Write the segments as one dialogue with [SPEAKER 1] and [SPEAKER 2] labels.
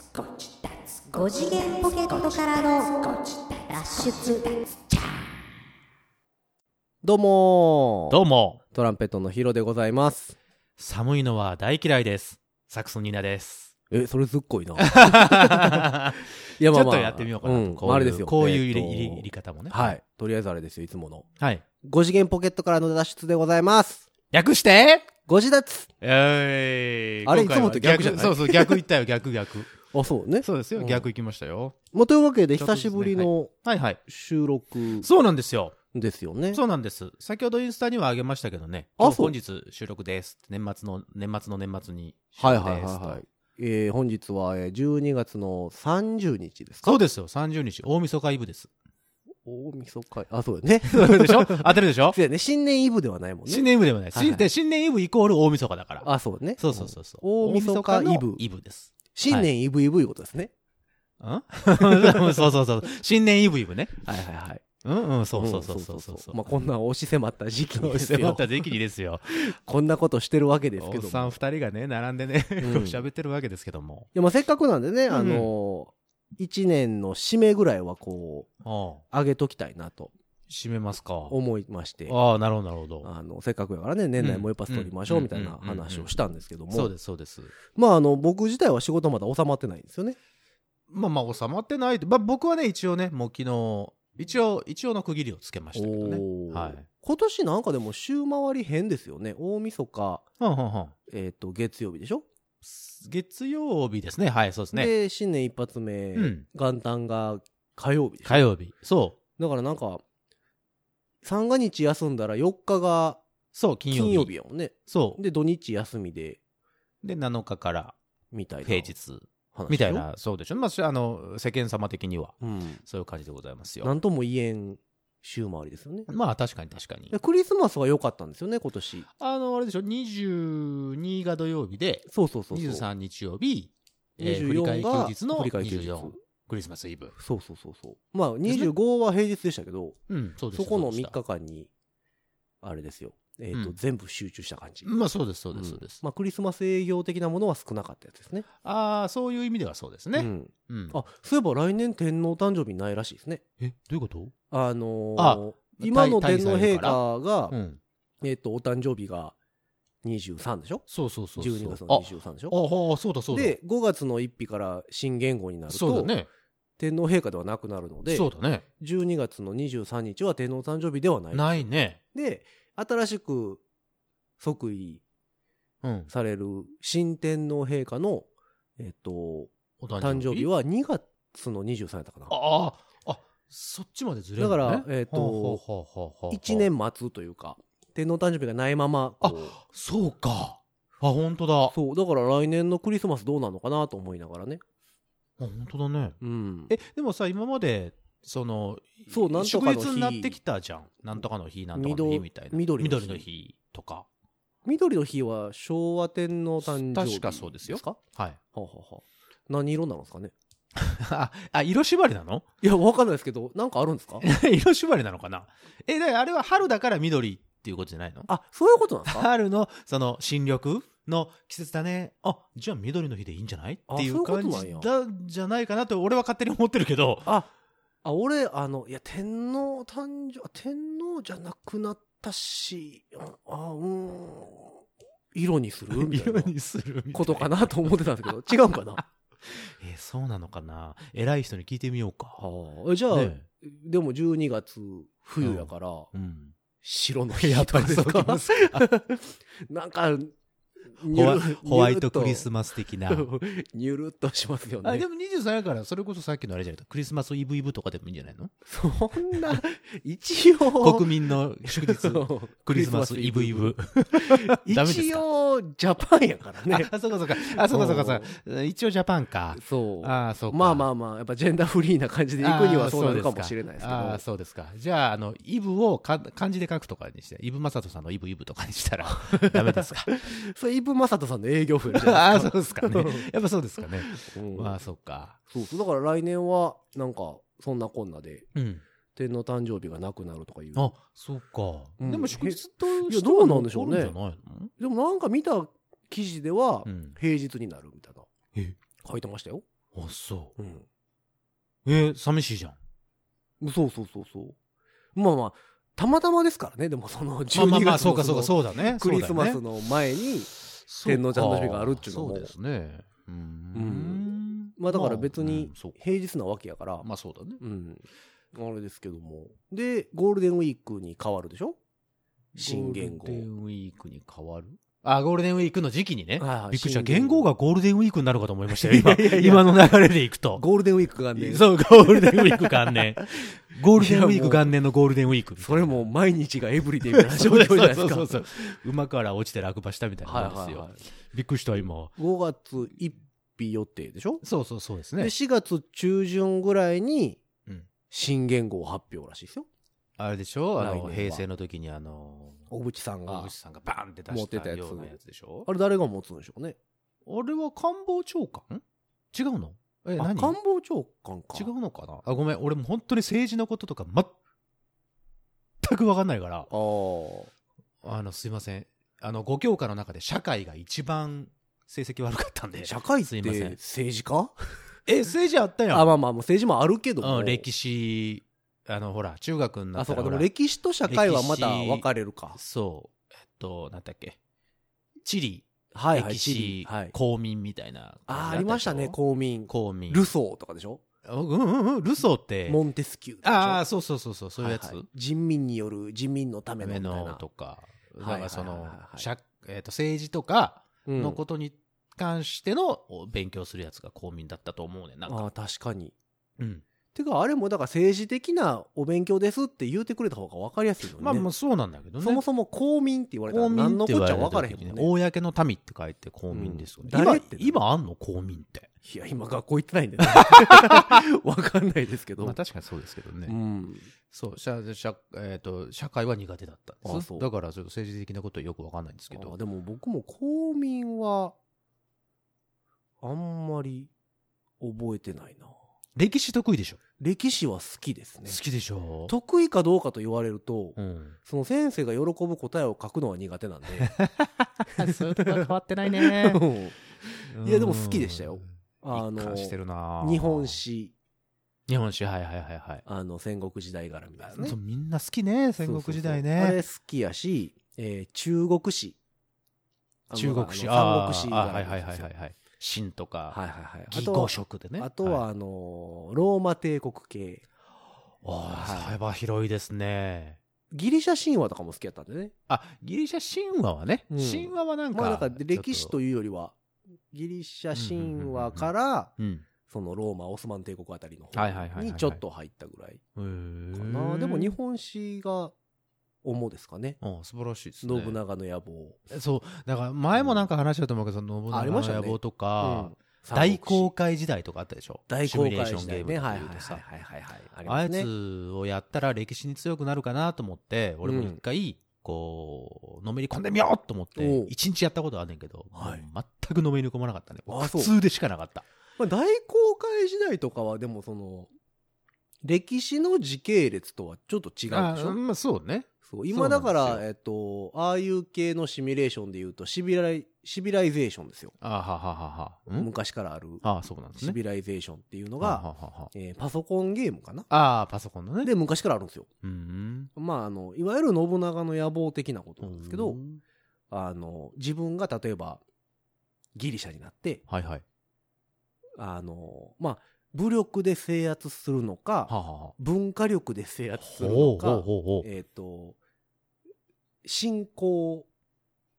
[SPEAKER 1] 5次元ポケットからの脱出
[SPEAKER 2] どうもー
[SPEAKER 3] どうも、
[SPEAKER 2] トランペットのヒロでございます。
[SPEAKER 3] 寒いのは大嫌いです。サクソニー ナです。
[SPEAKER 2] え、それずっこい な。
[SPEAKER 3] ちょっ
[SPEAKER 2] いや
[SPEAKER 3] とやってみようかなと。
[SPEAKER 2] ん
[SPEAKER 3] こ
[SPEAKER 2] まああれ
[SPEAKER 3] い
[SPEAKER 2] ですよ。
[SPEAKER 3] こういう入
[SPEAKER 2] え
[SPEAKER 3] れ
[SPEAKER 2] ーと
[SPEAKER 3] 入れ入れ方もね。
[SPEAKER 2] はい。とりあえずあれですよ、いつもの。
[SPEAKER 3] はい。
[SPEAKER 2] 5次元ポケットからの脱出でございます。
[SPEAKER 3] 略して
[SPEAKER 2] ご自立
[SPEAKER 3] えー
[SPEAKER 2] あれ
[SPEAKER 3] 今回はい
[SPEAKER 2] つもと逆じゃない
[SPEAKER 3] そうそう、逆言ったよ、逆逆。
[SPEAKER 2] あ、 そうね。
[SPEAKER 3] そうですよ、
[SPEAKER 2] うん
[SPEAKER 3] 逆行きましたよ。
[SPEAKER 2] まあ、というわけで、
[SPEAKER 3] ちょっと
[SPEAKER 2] 久
[SPEAKER 3] ずつね
[SPEAKER 2] しぶりの
[SPEAKER 3] はいはい。
[SPEAKER 2] 収録
[SPEAKER 3] そうなんですよ。
[SPEAKER 2] ですよね。
[SPEAKER 3] そうなんです。先ほどインスタにはあげましたけどね。
[SPEAKER 2] あ
[SPEAKER 3] 今日
[SPEAKER 2] そう
[SPEAKER 3] 本日収録です。年末の、年末の年末に収
[SPEAKER 2] はい
[SPEAKER 3] 録です。
[SPEAKER 2] はいはいはい。えー、本日はえー12月の30日ですか
[SPEAKER 3] そうですよ、30日、大晦日イブ です。
[SPEAKER 2] 大晦日。あ、そうだよね。
[SPEAKER 3] そうでしょ 当てるでしょ
[SPEAKER 2] そうだよね。新年イブではないもんね。
[SPEAKER 3] 新年イブでもな
[SPEAKER 2] はい
[SPEAKER 3] い。
[SPEAKER 2] はい
[SPEAKER 3] 新で新年イブイコール大晦日だから。
[SPEAKER 2] あ、そうだね。
[SPEAKER 3] そうそうそうそう。
[SPEAKER 2] 大晦日イブ
[SPEAKER 3] 大のイブです。
[SPEAKER 2] 新年イブイブいうことですね。
[SPEAKER 3] ん そうそうそう。新年イブイブね。
[SPEAKER 2] はいはいはい。
[SPEAKER 3] うんうん、そうそうそうそうそうそう。
[SPEAKER 2] まあこんな押し迫った時期に
[SPEAKER 3] お
[SPEAKER 2] です
[SPEAKER 3] 世話にな
[SPEAKER 2] よ
[SPEAKER 3] っ。た時期にですよ。
[SPEAKER 2] こんなことしてるわけです
[SPEAKER 3] お
[SPEAKER 2] け
[SPEAKER 3] っ
[SPEAKER 2] ど
[SPEAKER 3] さん
[SPEAKER 2] も。
[SPEAKER 3] 二人がね、並んでね、こう
[SPEAKER 2] うん
[SPEAKER 3] 喋ってるわけですけども。
[SPEAKER 2] でもせっかくなんでね、
[SPEAKER 3] ん
[SPEAKER 2] あのー、1年の締めぐらいはこう、
[SPEAKER 3] ああ、
[SPEAKER 2] 上げときたいなと
[SPEAKER 3] 閉めますか。
[SPEAKER 2] 思いまして、
[SPEAKER 3] ああ、なるほど、なるほど。
[SPEAKER 2] あの、せっかくやからね、年内もう一発取りましょうみたいな
[SPEAKER 3] うんうんうんうん
[SPEAKER 2] 話をしたんですけど
[SPEAKER 3] そう
[SPEAKER 2] も、
[SPEAKER 3] です、そうです。
[SPEAKER 2] まああの、僕自体は仕事まだ収まってないんですよね。
[SPEAKER 3] まあまあ、収まってないと。まあ僕はね、一応ね、もう昨日、一応、一応の区切りをつけましたけどね。
[SPEAKER 2] おー
[SPEAKER 3] はい。
[SPEAKER 2] 今年なんかでも週回り変ですよね。大晦日、
[SPEAKER 3] はんはんはん。
[SPEAKER 2] えっと、月曜日でしょ
[SPEAKER 3] 月曜日ですね。はい、そうですね。
[SPEAKER 2] で、新年一発目
[SPEAKER 3] うん、
[SPEAKER 2] 元旦が火曜日でしょ
[SPEAKER 3] 火曜日。そう。
[SPEAKER 2] だからなんか、三が日休んだら4日が
[SPEAKER 3] そう、金曜日。
[SPEAKER 2] 金曜日やもんね。
[SPEAKER 3] そう。
[SPEAKER 2] で、土日休みで、
[SPEAKER 3] で、7日から
[SPEAKER 2] みたいな。
[SPEAKER 3] 平日。
[SPEAKER 2] 話
[SPEAKER 3] みたい。な、そうでしょ。まあし、あの、世間様的には、
[SPEAKER 2] うん。
[SPEAKER 3] そういう感じでございます
[SPEAKER 2] な
[SPEAKER 3] よ。
[SPEAKER 2] んとも言えん週回りですよね。
[SPEAKER 3] まあ、確かに確かに
[SPEAKER 2] で。クリスマスは良かったんですよね、今年。
[SPEAKER 3] あの、あれでしょ、22が土曜日で、
[SPEAKER 2] そうそうそうそう。
[SPEAKER 3] 23日曜日、えー振り替
[SPEAKER 2] 24
[SPEAKER 3] え
[SPEAKER 2] が
[SPEAKER 3] 休日の
[SPEAKER 2] 振り替え休日
[SPEAKER 3] 24、クリスマスイブ。
[SPEAKER 2] そうそうそうそう。まあ、25は平日でしたけど、
[SPEAKER 3] うん、そうです
[SPEAKER 2] そこの
[SPEAKER 3] うでし
[SPEAKER 2] 3
[SPEAKER 3] た
[SPEAKER 2] 日間に、あれですよ。えっ、と、
[SPEAKER 3] うん
[SPEAKER 2] 全部集中した感じ。
[SPEAKER 3] まあ、そうです、そうで
[SPEAKER 2] ん
[SPEAKER 3] す、そうです。
[SPEAKER 2] まあ、クリスマス営業的なものは少なかったやつですね。
[SPEAKER 3] ああ、そういう意味ではそうです
[SPEAKER 2] う
[SPEAKER 3] ね。
[SPEAKER 2] ん
[SPEAKER 3] うん。
[SPEAKER 2] あ、そういえば来年天皇誕生日ないらしいですね。
[SPEAKER 3] え、どういうこと
[SPEAKER 2] あのー
[SPEAKER 3] あ
[SPEAKER 2] 今の
[SPEAKER 3] 大
[SPEAKER 2] 天皇陛下が、
[SPEAKER 3] うん。
[SPEAKER 2] えっ、と、お誕生日が23でしょ
[SPEAKER 3] そうそうそうそう。
[SPEAKER 2] 12月の
[SPEAKER 3] あ
[SPEAKER 2] 23でし
[SPEAKER 3] あ、
[SPEAKER 2] ょ
[SPEAKER 3] はあそうだ、そうだ。
[SPEAKER 2] で、5月の1日から新元号になる
[SPEAKER 3] そう
[SPEAKER 2] と、
[SPEAKER 3] だね。
[SPEAKER 2] 天皇陛下ではなくなるので、
[SPEAKER 3] そうだね。
[SPEAKER 2] 12月の23日は天皇誕生日ではない。
[SPEAKER 3] ないね。
[SPEAKER 2] で、新しく即位
[SPEAKER 3] うん。
[SPEAKER 2] される新天皇陛下の、えっ、と、
[SPEAKER 3] お誕
[SPEAKER 2] 誕生日は2月の23やったかな。
[SPEAKER 3] ああ、あ、そっちまでずれるのね。
[SPEAKER 2] だからえーと
[SPEAKER 3] ほうほうほうほうほう
[SPEAKER 2] 1。年待つというか、天皇誕生日がないまま、こう
[SPEAKER 3] そうか。あ、本当だ。あ、
[SPEAKER 2] そう、だから来年のクリスマスどうなのかなと思いながらね。
[SPEAKER 3] 本当だね。
[SPEAKER 2] うん。
[SPEAKER 3] え、でもさ、今まで、その、
[SPEAKER 2] そうなんとかの日
[SPEAKER 3] 祝日になってきたじゃん。なんとかの日、なんとかの
[SPEAKER 2] 緑
[SPEAKER 3] 日みたいな。
[SPEAKER 2] 緑の日
[SPEAKER 3] 緑の日とか。
[SPEAKER 2] 緑の日は昭和天皇誕生日。
[SPEAKER 3] 確かそうですよ
[SPEAKER 2] かは
[SPEAKER 3] はい。
[SPEAKER 2] あはあはあ何色なんですかね
[SPEAKER 3] あ、あ色縛りなの
[SPEAKER 2] いや、わかんないですけど、なんかあるんですか
[SPEAKER 3] 色縛りなのかなえ、だからあれは春だから緑っていうことじゃないの
[SPEAKER 2] あ、そういうことなんですか
[SPEAKER 3] 春の、その、新緑の季節だね。あ、じゃあ緑の日でいいんじゃない
[SPEAKER 2] あ
[SPEAKER 3] っていう
[SPEAKER 2] そういう
[SPEAKER 3] 感
[SPEAKER 2] ことなん
[SPEAKER 3] じ
[SPEAKER 2] や
[SPEAKER 3] だ、じゃないかなと、俺は勝手に思ってるけど。
[SPEAKER 2] あ、あ、俺、あの、いや、天皇誕生、天皇じゃなくなったし、あ、うーん、色にするみたいな
[SPEAKER 3] 色にするみたいな
[SPEAKER 2] ことかなと思ってたんですけど、違うん かな
[SPEAKER 3] えーそうなのかな偉い人に聞いてみようか。
[SPEAKER 2] あじゃあ、
[SPEAKER 3] ね
[SPEAKER 2] でも12月冬やから、
[SPEAKER 3] うん。
[SPEAKER 2] 白の
[SPEAKER 3] や
[SPEAKER 2] 日
[SPEAKER 3] っ
[SPEAKER 2] とか
[SPEAKER 3] ぱり
[SPEAKER 2] で
[SPEAKER 3] そ
[SPEAKER 2] す
[SPEAKER 3] うき
[SPEAKER 2] か
[SPEAKER 3] ますか。
[SPEAKER 2] なんか、
[SPEAKER 3] ホワホワイトクリス
[SPEAKER 2] マ
[SPEAKER 3] マス 的な。
[SPEAKER 2] ス。ニュルっと しますよ
[SPEAKER 3] あで
[SPEAKER 2] ね。
[SPEAKER 3] も23やから、それこそさっきのあれじゃないと、クリスマスイブイブとかでもいいんじゃないの
[SPEAKER 2] そんな、 一応。
[SPEAKER 3] 国民の 祝日、クリスマスイブイブ。ダメですか
[SPEAKER 2] 一応、ジャパンやからね。
[SPEAKER 3] あ、そうかそうか。あ、そうかそうかそうか。一応ジャパンか。
[SPEAKER 2] そう。
[SPEAKER 3] あーそうか。
[SPEAKER 2] まあまあまあ、やっぱジェンダーフリーな感じで行くにはそうなるかもしれないですけ
[SPEAKER 3] あー
[SPEAKER 2] ど。
[SPEAKER 3] そうですか。あーそうですかじゃあ、あの、イブをか漢字で書くとかにして、イブマサトさんのイブイブとかにし たら、ダメですか。
[SPEAKER 2] それ、イブ・マサトさんの営業増えるじゃ
[SPEAKER 3] あ
[SPEAKER 2] な
[SPEAKER 3] あ、
[SPEAKER 2] いです
[SPEAKER 3] そうですかね。やっぱそうですかね。
[SPEAKER 2] か。うん
[SPEAKER 3] まあ、そうか。
[SPEAKER 2] そうそう。だから来年は、なんか、そんなこんなで、
[SPEAKER 3] うん。
[SPEAKER 2] 天皇誕生日がなくなるとかいう。
[SPEAKER 3] あ、そうか。
[SPEAKER 2] うん
[SPEAKER 3] でも祝日と
[SPEAKER 2] いや
[SPEAKER 3] して
[SPEAKER 2] どう
[SPEAKER 3] は
[SPEAKER 2] なんでしょうね
[SPEAKER 3] 残るんじゃないの
[SPEAKER 2] でもなんか見た記事では
[SPEAKER 3] うん。
[SPEAKER 2] 平日になるみたいな
[SPEAKER 3] え
[SPEAKER 2] 書いてましたよ、
[SPEAKER 3] あ、そ
[SPEAKER 2] うん、
[SPEAKER 3] う。えー、寂しいじゃん。
[SPEAKER 2] そうそうそうそうまあまあたまたまですからねでもその12月
[SPEAKER 3] まあ
[SPEAKER 2] の
[SPEAKER 3] まあまあ、そうかそうか、
[SPEAKER 2] その
[SPEAKER 3] そうだね。
[SPEAKER 2] クリスマス
[SPEAKER 3] そうだね
[SPEAKER 2] の前に
[SPEAKER 3] そうか
[SPEAKER 2] 天皇ちゃんの日があるっちゅうのも
[SPEAKER 3] そうですね。うーん。
[SPEAKER 2] まあだから別に
[SPEAKER 3] うんそうか
[SPEAKER 2] 平日なわけやから、
[SPEAKER 3] まあそうだね。
[SPEAKER 2] うんあれですけどもでゴールデンウィークに変わるでしょ新元号
[SPEAKER 3] ゴールデンウィークに変わるあ、ゴールデンウィークの時期にね。
[SPEAKER 2] はいはい
[SPEAKER 3] びっくりした。
[SPEAKER 2] 新元
[SPEAKER 3] 元
[SPEAKER 2] 号
[SPEAKER 3] 号がゴールデンウィークになるかと思いましたよ、今。
[SPEAKER 2] いやいやいや
[SPEAKER 3] 今の流れでいくと。
[SPEAKER 2] ゴールデンウィークがね
[SPEAKER 3] そう、ゴールデンウィーク元年。ゴールデンウィーク元年のゴールデンウィーク。
[SPEAKER 2] それも毎日がエブリデイみたいな状況じゃないですか
[SPEAKER 3] そうそうそうそう馬から落ちて落馬したみたいな
[SPEAKER 2] はい
[SPEAKER 3] もんで
[SPEAKER 2] は
[SPEAKER 3] す
[SPEAKER 2] い
[SPEAKER 3] よ。
[SPEAKER 2] はい
[SPEAKER 3] びっくりした、今。
[SPEAKER 2] 5月1日予定でしょ、
[SPEAKER 3] そうそうそうです
[SPEAKER 2] で
[SPEAKER 3] ね。
[SPEAKER 2] 4月中旬ぐらいに
[SPEAKER 3] うん
[SPEAKER 2] 新元号発表らしいですよ
[SPEAKER 3] あれでしょあ
[SPEAKER 2] 来年
[SPEAKER 3] の、
[SPEAKER 2] は
[SPEAKER 3] 平成の時にあの、
[SPEAKER 2] 小渕さん
[SPEAKER 3] 大
[SPEAKER 2] が
[SPEAKER 3] 渕さんがバーンって出
[SPEAKER 2] 持っ
[SPEAKER 3] してた
[SPEAKER 2] たやつ
[SPEAKER 3] ようなやつでしょ
[SPEAKER 2] あれ誰が持つんでしょうね
[SPEAKER 3] あれは官房長官違うのえ、
[SPEAKER 2] あ
[SPEAKER 3] 何
[SPEAKER 2] 官房長官か
[SPEAKER 3] 違うのかなあ、ごめん。俺もう本当に政治のこととか全くわかんないから。
[SPEAKER 2] あー
[SPEAKER 3] あの、すいません。あの、5教科の中で社会が一番成績悪かったんで。
[SPEAKER 2] 社会っ
[SPEAKER 3] す
[SPEAKER 2] て
[SPEAKER 3] いません
[SPEAKER 2] 政治家
[SPEAKER 3] え、政治あったやん。
[SPEAKER 2] あまあまあもう政治もあるけども、
[SPEAKER 3] うん、歴史、あの、ほら、中学にな
[SPEAKER 2] あ
[SPEAKER 3] った
[SPEAKER 2] そう
[SPEAKER 3] ら
[SPEAKER 2] かでも
[SPEAKER 3] ほら
[SPEAKER 2] 歴史と社会はまた分かれるか
[SPEAKER 3] そう。えっと、なんだっけ。地理、
[SPEAKER 2] はいはい
[SPEAKER 3] 歴史、
[SPEAKER 2] はい
[SPEAKER 3] 公民みたいな
[SPEAKER 2] あー
[SPEAKER 3] 感じだったでしょ。
[SPEAKER 2] ありましたね公民
[SPEAKER 3] 公民。
[SPEAKER 2] ルソーとかでしょ
[SPEAKER 3] うんうんうん、ルソーって。
[SPEAKER 2] モンテスキューとかでしょ
[SPEAKER 3] ああ、そうそうそうそう、そういうやつ。
[SPEAKER 2] はは人民による人民のための
[SPEAKER 3] 目
[SPEAKER 2] みたい
[SPEAKER 3] の
[SPEAKER 2] な
[SPEAKER 3] とか、だ
[SPEAKER 2] はい
[SPEAKER 3] からそ
[SPEAKER 2] はい
[SPEAKER 3] の
[SPEAKER 2] はいはい、
[SPEAKER 3] 社えっと、政治とか
[SPEAKER 2] うん
[SPEAKER 3] のことに関してのお勉強するやつが公民だったと思うねん、なんか。
[SPEAKER 2] ああ確かに
[SPEAKER 3] うん。
[SPEAKER 2] てかあれもだから政治的なお勉強ですって言うてくれた方が分かりやすいよね,、
[SPEAKER 3] まあまあそうなんだけどね。
[SPEAKER 2] そもそも公民って言われたら
[SPEAKER 3] 公民
[SPEAKER 2] 何の
[SPEAKER 3] って
[SPEAKER 2] こ
[SPEAKER 3] 言
[SPEAKER 2] っ
[SPEAKER 3] わ
[SPEAKER 2] ち
[SPEAKER 3] れ
[SPEAKER 2] ゃ分
[SPEAKER 3] た時
[SPEAKER 2] からへんも
[SPEAKER 3] にね
[SPEAKER 2] んね
[SPEAKER 3] 公の民って書いて公民ですよね。
[SPEAKER 2] うん誰って
[SPEAKER 3] 今、今あんの公民って。
[SPEAKER 2] いや今学校行ってないんで ね分かんないですけど、
[SPEAKER 3] まあ確かにそうですけどね。
[SPEAKER 2] うん
[SPEAKER 3] そう、社、社、えっ、と、社会は苦手だったん
[SPEAKER 2] あ
[SPEAKER 3] です。
[SPEAKER 2] そう
[SPEAKER 3] だからちょっと政治的なことはよくわかんないんですけ
[SPEAKER 2] あ
[SPEAKER 3] ど。
[SPEAKER 2] でも僕も公民はあんまり覚えてないな
[SPEAKER 3] 歴史得意でしょ、
[SPEAKER 2] 歴史は好きですね
[SPEAKER 3] 好きでしょ
[SPEAKER 2] 得意かどうかと言われると、
[SPEAKER 3] うん。
[SPEAKER 2] その先生が喜ぶ答えを書くのは苦手なんで
[SPEAKER 3] そう いうとこは変わってないね
[SPEAKER 2] いやでも好きでしたよ。あの
[SPEAKER 3] あの、してるな
[SPEAKER 2] 日本。史
[SPEAKER 3] 日本史、はいはいはいはい。
[SPEAKER 2] あの戦国時代絡みですね
[SPEAKER 3] そうみんな好きね、戦国時代
[SPEAKER 2] そ
[SPEAKER 3] ね。
[SPEAKER 2] うそうそうあれ好きやし、えー中国史あの
[SPEAKER 3] 中国史、
[SPEAKER 2] あの三
[SPEAKER 3] ー
[SPEAKER 2] 国史
[SPEAKER 3] あーはい
[SPEAKER 2] 絡み
[SPEAKER 3] はい
[SPEAKER 2] です
[SPEAKER 3] はい
[SPEAKER 2] よ
[SPEAKER 3] はいはい。秦と
[SPEAKER 2] は
[SPEAKER 3] か、
[SPEAKER 2] いはいはいあ
[SPEAKER 3] 魏
[SPEAKER 2] と
[SPEAKER 3] 呉
[SPEAKER 2] は
[SPEAKER 3] 色でね。
[SPEAKER 2] あとは、
[SPEAKER 3] い、
[SPEAKER 2] あのーローマ帝国系
[SPEAKER 3] あ
[SPEAKER 2] はい
[SPEAKER 3] あ、幅広いですね。
[SPEAKER 2] ギリシャ神話とかも好きやったんでね
[SPEAKER 3] あ、ギリシャ神話はね、
[SPEAKER 2] うん
[SPEAKER 3] 神話はなんか、
[SPEAKER 2] まあなんか歴史と
[SPEAKER 3] いう。
[SPEAKER 2] いうよりはギリシャ神話から、
[SPEAKER 3] うん。
[SPEAKER 2] そのローマオスマン帝国あたりの
[SPEAKER 3] はいはいはい
[SPEAKER 2] 方
[SPEAKER 3] はいは
[SPEAKER 2] に
[SPEAKER 3] い
[SPEAKER 2] ちょっと入ったぐらい
[SPEAKER 3] へー
[SPEAKER 2] かなでも日。本史が主ですかね
[SPEAKER 3] うん、素晴らしいですね。
[SPEAKER 2] 信長の野望
[SPEAKER 3] そう。だから前もなんか話したと思うけど、その信
[SPEAKER 2] あありましたね
[SPEAKER 3] 長の野望と
[SPEAKER 2] う
[SPEAKER 3] か
[SPEAKER 2] ん、
[SPEAKER 3] 大航海時代とかあったでしょ
[SPEAKER 2] 大
[SPEAKER 3] シミ
[SPEAKER 2] 公
[SPEAKER 3] ュレー
[SPEAKER 2] 開
[SPEAKER 3] ショ
[SPEAKER 2] 時
[SPEAKER 3] ンゲ
[SPEAKER 2] 代
[SPEAKER 3] ーム
[SPEAKER 2] ね
[SPEAKER 3] とか
[SPEAKER 2] はいは
[SPEAKER 3] いう
[SPEAKER 2] い
[SPEAKER 3] て
[SPEAKER 2] は
[SPEAKER 3] さ
[SPEAKER 2] いはいはいはいあり
[SPEAKER 3] あ
[SPEAKER 2] ま
[SPEAKER 3] や
[SPEAKER 2] すね
[SPEAKER 3] つをやったら歴史に強くなるかなと思って、俺
[SPEAKER 2] う
[SPEAKER 3] も
[SPEAKER 2] ん
[SPEAKER 3] 一回、こう、のめり込んでみようと思って
[SPEAKER 2] おう、
[SPEAKER 3] 一日やったことあんねんけど、
[SPEAKER 2] はい
[SPEAKER 3] もう全くのめり込まなかったね。
[SPEAKER 2] あ
[SPEAKER 3] 普
[SPEAKER 2] そう
[SPEAKER 3] 通でしかなかった。
[SPEAKER 2] まあ大航海時代とかはでもその歴史の時系列とはちょっと違うでし
[SPEAKER 3] あ
[SPEAKER 2] ょ
[SPEAKER 3] まあそうね。
[SPEAKER 2] そう今だか
[SPEAKER 3] そうなん
[SPEAKER 2] ら
[SPEAKER 3] で
[SPEAKER 2] えっとああいう系のシミュレーションで言うとシビライシビライゼーションですよ
[SPEAKER 3] あはははは。ん
[SPEAKER 2] 昔からある
[SPEAKER 3] ああ、そうなんです
[SPEAKER 2] シ
[SPEAKER 3] ね。
[SPEAKER 2] ビライゼーションっていうの
[SPEAKER 3] はは
[SPEAKER 2] が、
[SPEAKER 3] はは
[SPEAKER 2] えーパソコンゲームかな
[SPEAKER 3] ああ、パソコンのね。
[SPEAKER 2] で昔からあるんですよ
[SPEAKER 3] うん。
[SPEAKER 2] まああのいわゆる信長の野望的なことなんですけ
[SPEAKER 3] う
[SPEAKER 2] ど
[SPEAKER 3] ん
[SPEAKER 2] あの自分が例えばギリシャになって
[SPEAKER 3] はいはい。
[SPEAKER 2] あのまあ武力で制圧するのか
[SPEAKER 3] ははは。
[SPEAKER 2] 文化力で制圧する
[SPEAKER 3] ほ
[SPEAKER 2] の
[SPEAKER 3] う
[SPEAKER 2] か
[SPEAKER 3] ほうほうほう。
[SPEAKER 2] えっ、と信仰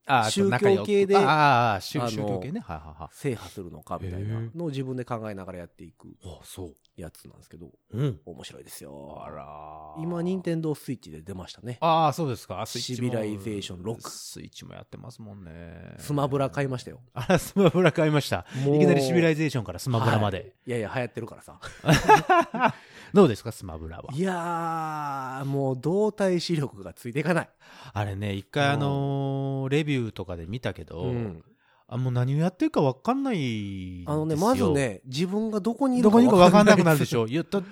[SPEAKER 3] ああ
[SPEAKER 2] 宗教
[SPEAKER 3] 仲良く
[SPEAKER 2] 系で
[SPEAKER 3] ああああ、宗
[SPEAKER 2] あの
[SPEAKER 3] 宗教系ね。はいはいは
[SPEAKER 2] 制覇するのかみたい
[SPEAKER 3] へ
[SPEAKER 2] な
[SPEAKER 3] え
[SPEAKER 2] のを自分で考えながらやっていく
[SPEAKER 3] い。ああ、そ
[SPEAKER 2] やつなんですけど
[SPEAKER 3] う。うん。
[SPEAKER 2] 面白いです
[SPEAKER 3] あ
[SPEAKER 2] よ
[SPEAKER 3] らー。
[SPEAKER 2] 今任天堂スイッチで出ましたね
[SPEAKER 3] ああ、そうですか。スイッチも
[SPEAKER 2] シビライゼーション6
[SPEAKER 3] スイッチもやってますもんね。
[SPEAKER 2] スマブラ買いま
[SPEAKER 3] し
[SPEAKER 2] したよ
[SPEAKER 3] た。あら、スマブラ買いました。いきなりシビラ
[SPEAKER 2] イ
[SPEAKER 3] イゼーションからスマブラまで。
[SPEAKER 2] いやいや流行ってるからさ
[SPEAKER 3] どうですか、スマブラは。
[SPEAKER 2] いやーもう動体視力がついていかない
[SPEAKER 3] あれね、一回あのーレビューとかで見たけど、
[SPEAKER 2] うん
[SPEAKER 3] あ、もう何をやってるか分かんないんですよ。
[SPEAKER 2] あのね、まずね、自分がどこにいる
[SPEAKER 3] どこにいるか
[SPEAKER 2] わ
[SPEAKER 3] 分かんなくなるでし
[SPEAKER 2] ょ。
[SPEAKER 3] ょ。いや、だ、だ、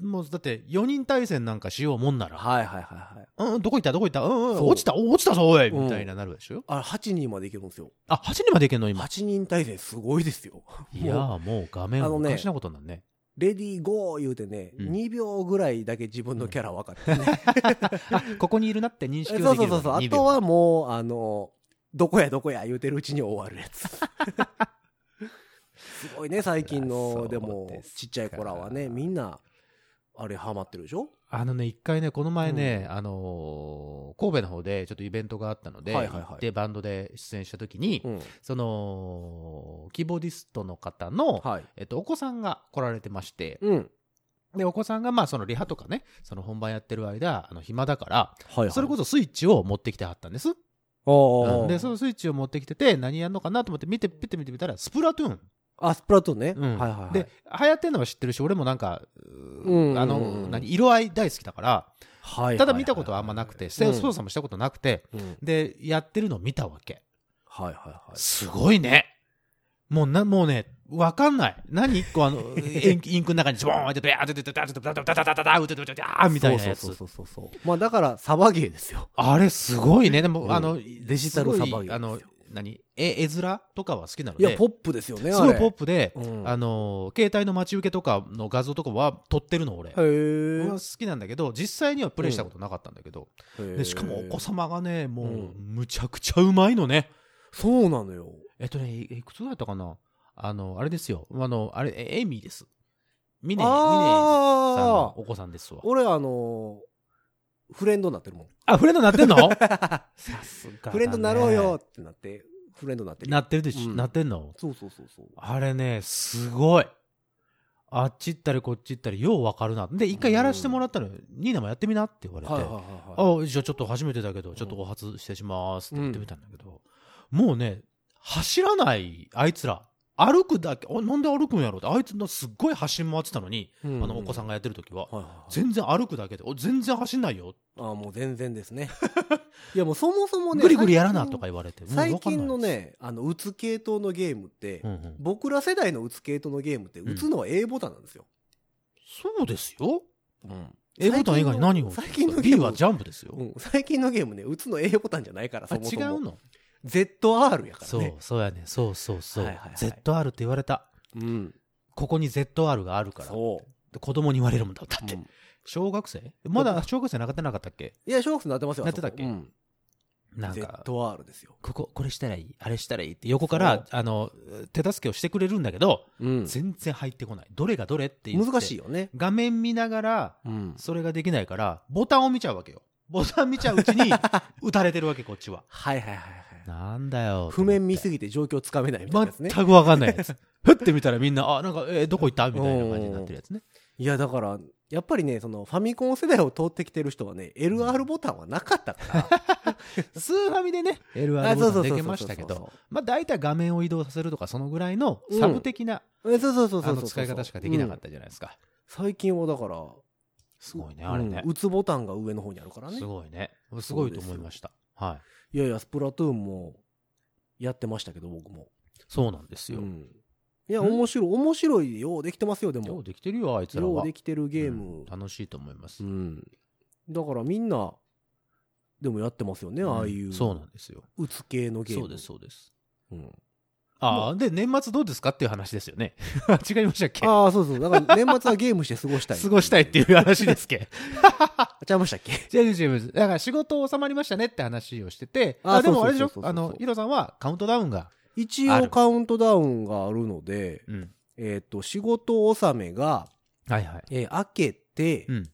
[SPEAKER 3] もうだって、4人対戦なんかしようもんなら、
[SPEAKER 2] はいはいはいはい。
[SPEAKER 3] うん、うんどこ行ったどこ行ったうん、うん、
[SPEAKER 2] そう
[SPEAKER 3] 落ちたお落ちたぞ、おい
[SPEAKER 2] うん
[SPEAKER 3] みたいななるでしょ。
[SPEAKER 2] あ、8人までいけるんですよ。
[SPEAKER 3] あ、8人までいけんの、今。
[SPEAKER 2] 8人対戦すごいですよ。
[SPEAKER 3] いやー、もう画面
[SPEAKER 2] あの
[SPEAKER 3] お
[SPEAKER 2] ね
[SPEAKER 3] かしなことになるね。
[SPEAKER 2] レディーゴー言うてね、
[SPEAKER 3] うん
[SPEAKER 2] 2秒ぐらいだけ自分のキャラ分かってね。
[SPEAKER 3] あ、ここにいるなって認 識
[SPEAKER 2] そう
[SPEAKER 3] を
[SPEAKER 2] そ
[SPEAKER 3] でき
[SPEAKER 2] う
[SPEAKER 3] る
[SPEAKER 2] そうそう。 あ
[SPEAKER 3] 2秒
[SPEAKER 2] とはもう、あの、どこやどこや言うてるうちに終わるやつ。 すごいね、最近
[SPEAKER 3] そ
[SPEAKER 2] の、
[SPEAKER 3] う
[SPEAKER 2] でも
[SPEAKER 3] です、か
[SPEAKER 2] ちっちゃい子らはね、みんな、あれハマってるでしょ
[SPEAKER 3] あのね、一回ね、この前ね、あのー神戸の方でちょっとイベントがあったので、
[SPEAKER 2] はいはいはい
[SPEAKER 3] 行ってバンドで出演した時に、
[SPEAKER 2] うん。
[SPEAKER 3] その、キーボーディストの方の、
[SPEAKER 2] はい。
[SPEAKER 3] えっと、お子さんが来られてまして、
[SPEAKER 2] うん。
[SPEAKER 3] で、お子さんが、まあ、そのリハとかね、その本番やってる間、あの、暇だから、
[SPEAKER 2] はい、はい。
[SPEAKER 3] それこそスイッチを持ってきてはったんです。
[SPEAKER 2] そ
[SPEAKER 3] うんで、そのスイッチを持ってきてて、何やんのかなと思って見て、ピッて見てみたら、スプラトゥーン。
[SPEAKER 2] あ、スプラトゥーンね。
[SPEAKER 3] うん
[SPEAKER 2] はいはいはい。
[SPEAKER 3] で、、流行ってんのは知ってるし、俺もなんか、う
[SPEAKER 2] うんうんうん
[SPEAKER 3] あの、何、色合い大好きだから、
[SPEAKER 2] はい、
[SPEAKER 3] ただ見たことはあんまなくて、
[SPEAKER 2] うん
[SPEAKER 3] 操作もしたことなくて、
[SPEAKER 2] うん。
[SPEAKER 3] で、やってるのを見たわけ。
[SPEAKER 2] はいはいはい。
[SPEAKER 3] すごいね。もうな、もうね、わかんない。何一個あの、インクインクの中にズボーンって、ドヤーって、ドヤーって、ドヤーって、ドヤーって、ドヤーって、ドヤーって、ドヤーってみたいなや
[SPEAKER 2] そう
[SPEAKER 3] つ
[SPEAKER 2] そ。うそうそうそう。まあだから、サバゲーですよ。
[SPEAKER 3] あれ、すごいね。で
[SPEAKER 2] うん
[SPEAKER 3] も、あの、
[SPEAKER 2] デジタルサバゲーですよ
[SPEAKER 3] あの、何絵、絵面とかは好きなの
[SPEAKER 2] い
[SPEAKER 3] で。
[SPEAKER 2] や、ポップですよね、
[SPEAKER 3] すごいポッ
[SPEAKER 2] プ。
[SPEAKER 3] プで、
[SPEAKER 2] うん
[SPEAKER 3] あの、携帯の待ち受けとかの画像とかは撮ってるの、俺。
[SPEAKER 2] へー
[SPEAKER 3] 俺は好きなんだけど、実際にはプレイしたことなかったんだけど。
[SPEAKER 2] へー
[SPEAKER 3] でしかもお子様がね、もう
[SPEAKER 2] うん、
[SPEAKER 3] むちゃくちゃうまいのね。
[SPEAKER 2] そうなのよ。
[SPEAKER 3] えっとね、いいくつだったかなあの、あれですよ。あの、あれ、えエイミーです。ミネ、ミネさんの
[SPEAKER 2] ああ
[SPEAKER 3] お子さんですわ。
[SPEAKER 2] 俺、あのーフレンドになってるもん。
[SPEAKER 3] あ、フレンドなってんの さすがだね
[SPEAKER 2] フレンドになろうよってなって、フレンドになってる。
[SPEAKER 3] なってるでしょ、
[SPEAKER 2] うん
[SPEAKER 3] なってんの
[SPEAKER 2] そうそうそうそう。
[SPEAKER 3] あれね、すごい。あっち行ったりこっち行ったり、ようわかるな。で、一回やらしてもらったら、ニーナもやってみなって言われて、
[SPEAKER 2] はいはいはいはい。
[SPEAKER 3] あ、じゃあちょっと初めてだけど、ちょっとお初してしますって言ってみたんだけど、もうね、走らない、あいつら。歩くだけ、あなんで歩くんやろうって、あいつのすっごい走り回ってたのに、
[SPEAKER 2] うん
[SPEAKER 3] あのお子さんがやってる時は、
[SPEAKER 2] はいはいはい
[SPEAKER 3] 全然歩くだけで、お全然走んないよ。
[SPEAKER 2] あもう全然です ね。いや、もうそもそもね。
[SPEAKER 3] ぐりぐりやらなとか言われて、もう
[SPEAKER 2] 最
[SPEAKER 3] わかんない
[SPEAKER 2] 近の、ね、あの、打つ系統のゲームって、
[SPEAKER 3] うんうん
[SPEAKER 2] 僕ら世代の打つ系統のゲームって、
[SPEAKER 3] ん
[SPEAKER 2] 打つのは A ボタンなんですよ。
[SPEAKER 3] そうですよ。A
[SPEAKER 2] 最近の
[SPEAKER 3] ボタン以外何を
[SPEAKER 2] 最近のゲー
[SPEAKER 3] B
[SPEAKER 2] ム
[SPEAKER 3] はジャンプですよ。
[SPEAKER 2] うん最近のゲームね、打つの A ボタンじゃないから、そ
[SPEAKER 3] あ、
[SPEAKER 2] もそ
[SPEAKER 3] 違
[SPEAKER 2] も。
[SPEAKER 3] うの
[SPEAKER 2] ?ZR やから
[SPEAKER 3] そう、
[SPEAKER 2] ね。
[SPEAKER 3] そうやね。そうそうそう。
[SPEAKER 2] はいはいはい
[SPEAKER 3] ZR って言われた。
[SPEAKER 2] うん。
[SPEAKER 3] ここに ZR があるから。
[SPEAKER 2] そう。
[SPEAKER 3] で子供に言われるもんだ。だって、
[SPEAKER 2] うん
[SPEAKER 3] 小学生まだ小学生なかってなかったっけ
[SPEAKER 2] いや、小学生なってますよ。
[SPEAKER 3] なってたっけ
[SPEAKER 2] あそこうん
[SPEAKER 3] なんか、
[SPEAKER 2] ZR ですよ。
[SPEAKER 3] ここ、これしたらいい、あれしたらいいって横
[SPEAKER 2] そ
[SPEAKER 3] か
[SPEAKER 2] う
[SPEAKER 3] ら、あの、手助けをしてくれるんだけど、
[SPEAKER 2] うん
[SPEAKER 3] 全然入ってこない。どれがどれって言って
[SPEAKER 2] 難しいよね。
[SPEAKER 3] 画面見ながら、
[SPEAKER 2] うん。
[SPEAKER 3] それができないから、ボタンを見ちゃうわけよ。ボタン見ちゃううち に、打たれてるわけ、こっちは。
[SPEAKER 2] はいはいはいはい。
[SPEAKER 3] なんだよ。
[SPEAKER 2] 譜面見すぎて状況つかめないみたいなやつね
[SPEAKER 3] 全。くわかんないやつ。ふってみたらみんな、あ、なんか、えーどこ行ったみたいな感じになってるやつね。
[SPEAKER 2] いや、だから、やっぱりね、そのファミコン世代を通ってきてる人はね、LR ボタンはなかったか
[SPEAKER 3] スーファミでね、
[SPEAKER 2] ら。
[SPEAKER 3] LR ボタンできましたけど、
[SPEAKER 2] そ
[SPEAKER 3] まあ大体画面を移動させるとか、そのぐらいのサブ的な、
[SPEAKER 2] う。えそうそうそうそ
[SPEAKER 3] あ
[SPEAKER 2] う
[SPEAKER 3] の
[SPEAKER 2] そう。
[SPEAKER 3] 使い方しかできなかっ
[SPEAKER 2] うん。
[SPEAKER 3] たじゃないですか。
[SPEAKER 2] 最近はだから、
[SPEAKER 3] すごいね、あれね
[SPEAKER 2] うん。打つボタンが上の方にあるからね
[SPEAKER 3] す。ごいね。すごいと思いました。はい
[SPEAKER 2] やいや、スプラトゥーンもやってましたけど、僕も。
[SPEAKER 3] い。そうなんですよ
[SPEAKER 2] う。んいや、
[SPEAKER 3] うん
[SPEAKER 2] 面白い、面白いようできてますよ、で
[SPEAKER 3] よう
[SPEAKER 2] も。
[SPEAKER 3] できてるよ、あいつら
[SPEAKER 2] よう
[SPEAKER 3] は。
[SPEAKER 2] できてるゲー
[SPEAKER 3] うん
[SPEAKER 2] ム。
[SPEAKER 3] 楽しいと思います
[SPEAKER 2] う。ん。だからみんな、でもやってますよね、ああい
[SPEAKER 3] ん
[SPEAKER 2] う。
[SPEAKER 3] そうなんですよ。
[SPEAKER 2] 打つ系のゲーム。
[SPEAKER 3] そうです、そうです。
[SPEAKER 2] うん
[SPEAKER 3] ああ、で、年末どうですかっていう話ですよね。 違いましたっけ
[SPEAKER 2] ああ、そうそう。だから年末はゲームして過ごしたい。
[SPEAKER 3] 過ごしたいっていう話で すけ。
[SPEAKER 2] あちゃいましたっけ
[SPEAKER 3] 違う違う違う。だから仕事収まりましたねって話をしてて、
[SPEAKER 2] あ
[SPEAKER 3] あ、でもあれでし
[SPEAKER 2] そう
[SPEAKER 3] ょ
[SPEAKER 2] そうそうそう
[SPEAKER 3] あの、ヒロさんはカウントダウンが、
[SPEAKER 2] 一
[SPEAKER 3] あ
[SPEAKER 2] 応
[SPEAKER 3] る
[SPEAKER 2] カウントダウンがあるので、
[SPEAKER 3] うん。
[SPEAKER 2] えっ、と、仕事納めが、
[SPEAKER 3] はいはい。
[SPEAKER 2] えー明けて
[SPEAKER 3] うん。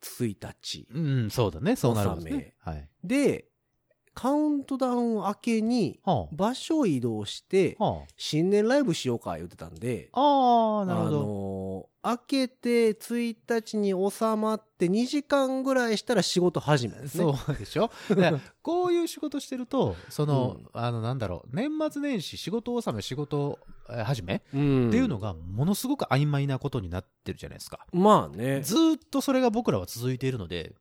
[SPEAKER 2] 1日。
[SPEAKER 3] うん、そうだね。そうなるんですね。はい。
[SPEAKER 2] で、カウントダウン明けに
[SPEAKER 3] は
[SPEAKER 2] 場所移動して
[SPEAKER 3] あ。、は
[SPEAKER 2] 新年ライブしようか言ってたんで、
[SPEAKER 3] あ。ああ、なるほど。
[SPEAKER 2] あのー明けて1日に収まって2時間ぐらいしたら仕事始めですね。
[SPEAKER 3] そうでしょだからこういう仕事してると、その、あの、なんだろう、年末年始、仕事納め、仕事えー始め、
[SPEAKER 2] うん
[SPEAKER 3] っていうのが、ものすごく曖昧なことになってるじゃないですか。
[SPEAKER 2] まあね。
[SPEAKER 3] ずーっとそれが僕らは続いているので、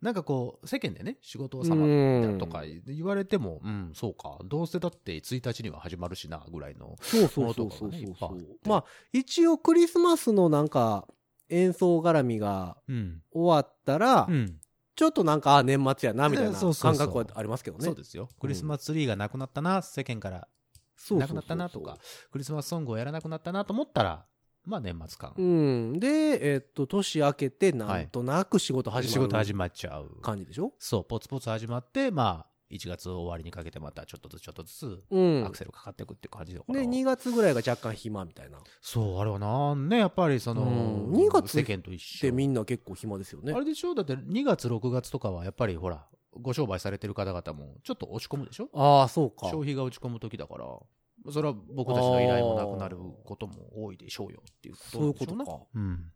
[SPEAKER 3] なんかこう、世間でね、仕事をさまったとか言われても、うん、そうか、どうせだって1日には始まるしな、ぐらいの。
[SPEAKER 2] そうそうそうそう
[SPEAKER 3] ものと
[SPEAKER 2] そ
[SPEAKER 3] かが
[SPEAKER 2] う
[SPEAKER 3] ねいっぱいあって
[SPEAKER 2] まあ一応クリスマスのなんか演奏絡みが
[SPEAKER 3] うん。
[SPEAKER 2] 終わったら、
[SPEAKER 3] うん。
[SPEAKER 2] ちょっとなんかあ年末やなみたい
[SPEAKER 3] い
[SPEAKER 2] な
[SPEAKER 3] やそうそうそう
[SPEAKER 2] 感覚はありますけどね
[SPEAKER 3] そうですよ。クリスマスツリーがなくなったな、世間から
[SPEAKER 2] そうそ
[SPEAKER 3] な
[SPEAKER 2] う
[SPEAKER 3] く
[SPEAKER 2] そう
[SPEAKER 3] なったなとか、クリスマスソングをやらなくなったなと思ったら、まあ年末感。
[SPEAKER 2] うんでえっと年明けてなんとなく仕事始
[SPEAKER 3] 仕
[SPEAKER 2] ま
[SPEAKER 3] 事
[SPEAKER 2] る
[SPEAKER 3] 始まっちゃう。
[SPEAKER 2] 感じでしょ、
[SPEAKER 3] そう、ポツポツ始まって、まあ、1月終わりにかけてまたちょっとずつちょっとずつ
[SPEAKER 2] うん
[SPEAKER 3] アクセルかかっていくっていう感じだから。
[SPEAKER 2] で2月ぐらいが若干暇みたいな
[SPEAKER 3] そう、あれはなんね、やっぱりその
[SPEAKER 2] う、ん2月
[SPEAKER 3] 世間と一緒。
[SPEAKER 2] でみんな結構暇ですよね
[SPEAKER 3] あれでしょだって2月、6月とかはやっぱりほら、ご商売されてる方々もちょっと落ち込むでしょ
[SPEAKER 2] ああそうか
[SPEAKER 3] 消費が落ち込む時だから、それは僕たちの依頼もなくなることも多いでしょうよっていうこと
[SPEAKER 2] そう
[SPEAKER 3] ないん
[SPEAKER 2] う
[SPEAKER 3] で
[SPEAKER 2] こ
[SPEAKER 3] しょ
[SPEAKER 2] と
[SPEAKER 3] うね
[SPEAKER 2] か
[SPEAKER 3] うん。